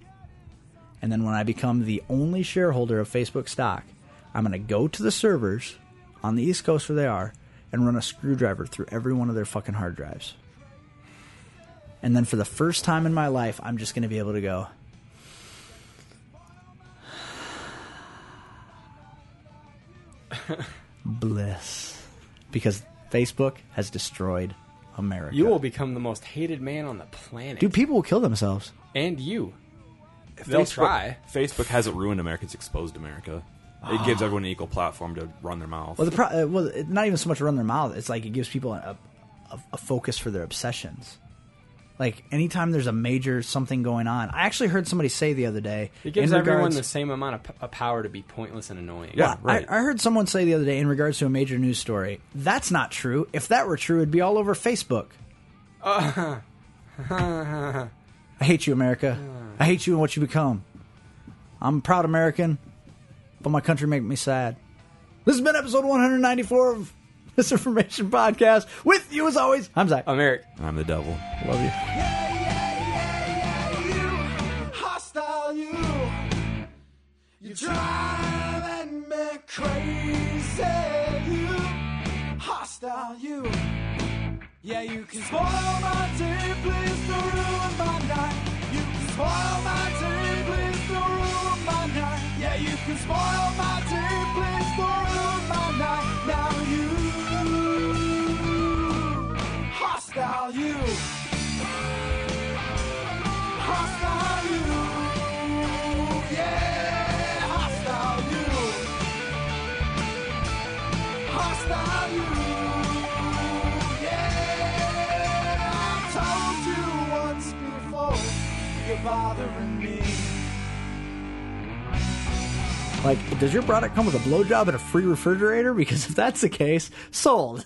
Speaker 6: And then when I become the only shareholder of Facebook stock, I'm going to go to the servers on the East Coast where they are and run a screwdriver through every one of their fucking hard drives. And then for the first time in my life, I'm just going to be able to go. Bliss. Because Facebook has destroyed America.
Speaker 4: You will become the most hated man on the planet.
Speaker 6: Dude, people will kill themselves.
Speaker 4: and you. They'll try.
Speaker 5: Facebook hasn't ruined America; it's exposed America. It gives everyone an equal platform to run their mouth.
Speaker 6: Ah. Well, the pro- uh, well, it, not even so much run their mouth. It's like it gives people a, a, a focus for their obsessions. Like anytime there's a major something going on, I actually heard somebody say the other day.
Speaker 4: It gives
Speaker 6: in
Speaker 4: everyone
Speaker 6: regards-
Speaker 4: the same amount of p- of power to be pointless and annoying.
Speaker 5: Yeah.
Speaker 6: Well,
Speaker 5: right.
Speaker 6: I, I heard someone say the other day in regards to a major news story. That's not true. If that were true, it'd be all over Facebook. I hate you, America. I hate you and what you become. I'm a proud American, but my country makes me sad. This has been episode 194 of Misinformation Podcast. With you, as always, I'm Zach.
Speaker 4: I'm Eric.
Speaker 5: I'm the devil.
Speaker 6: love you.
Speaker 3: hostile you. You driving me crazy. You hostile you. Yeah, you can spoil my day, please don't ruin my night. You can spoil my day, please don't ruin my night. Yeah, you can spoil my day, please don't ruin my night. Now you hostile you. Hostile you, yeah.
Speaker 5: you're bothering me.
Speaker 6: Like, does your product come with a blowjob and a free refrigerator? Because if that's the case, sold.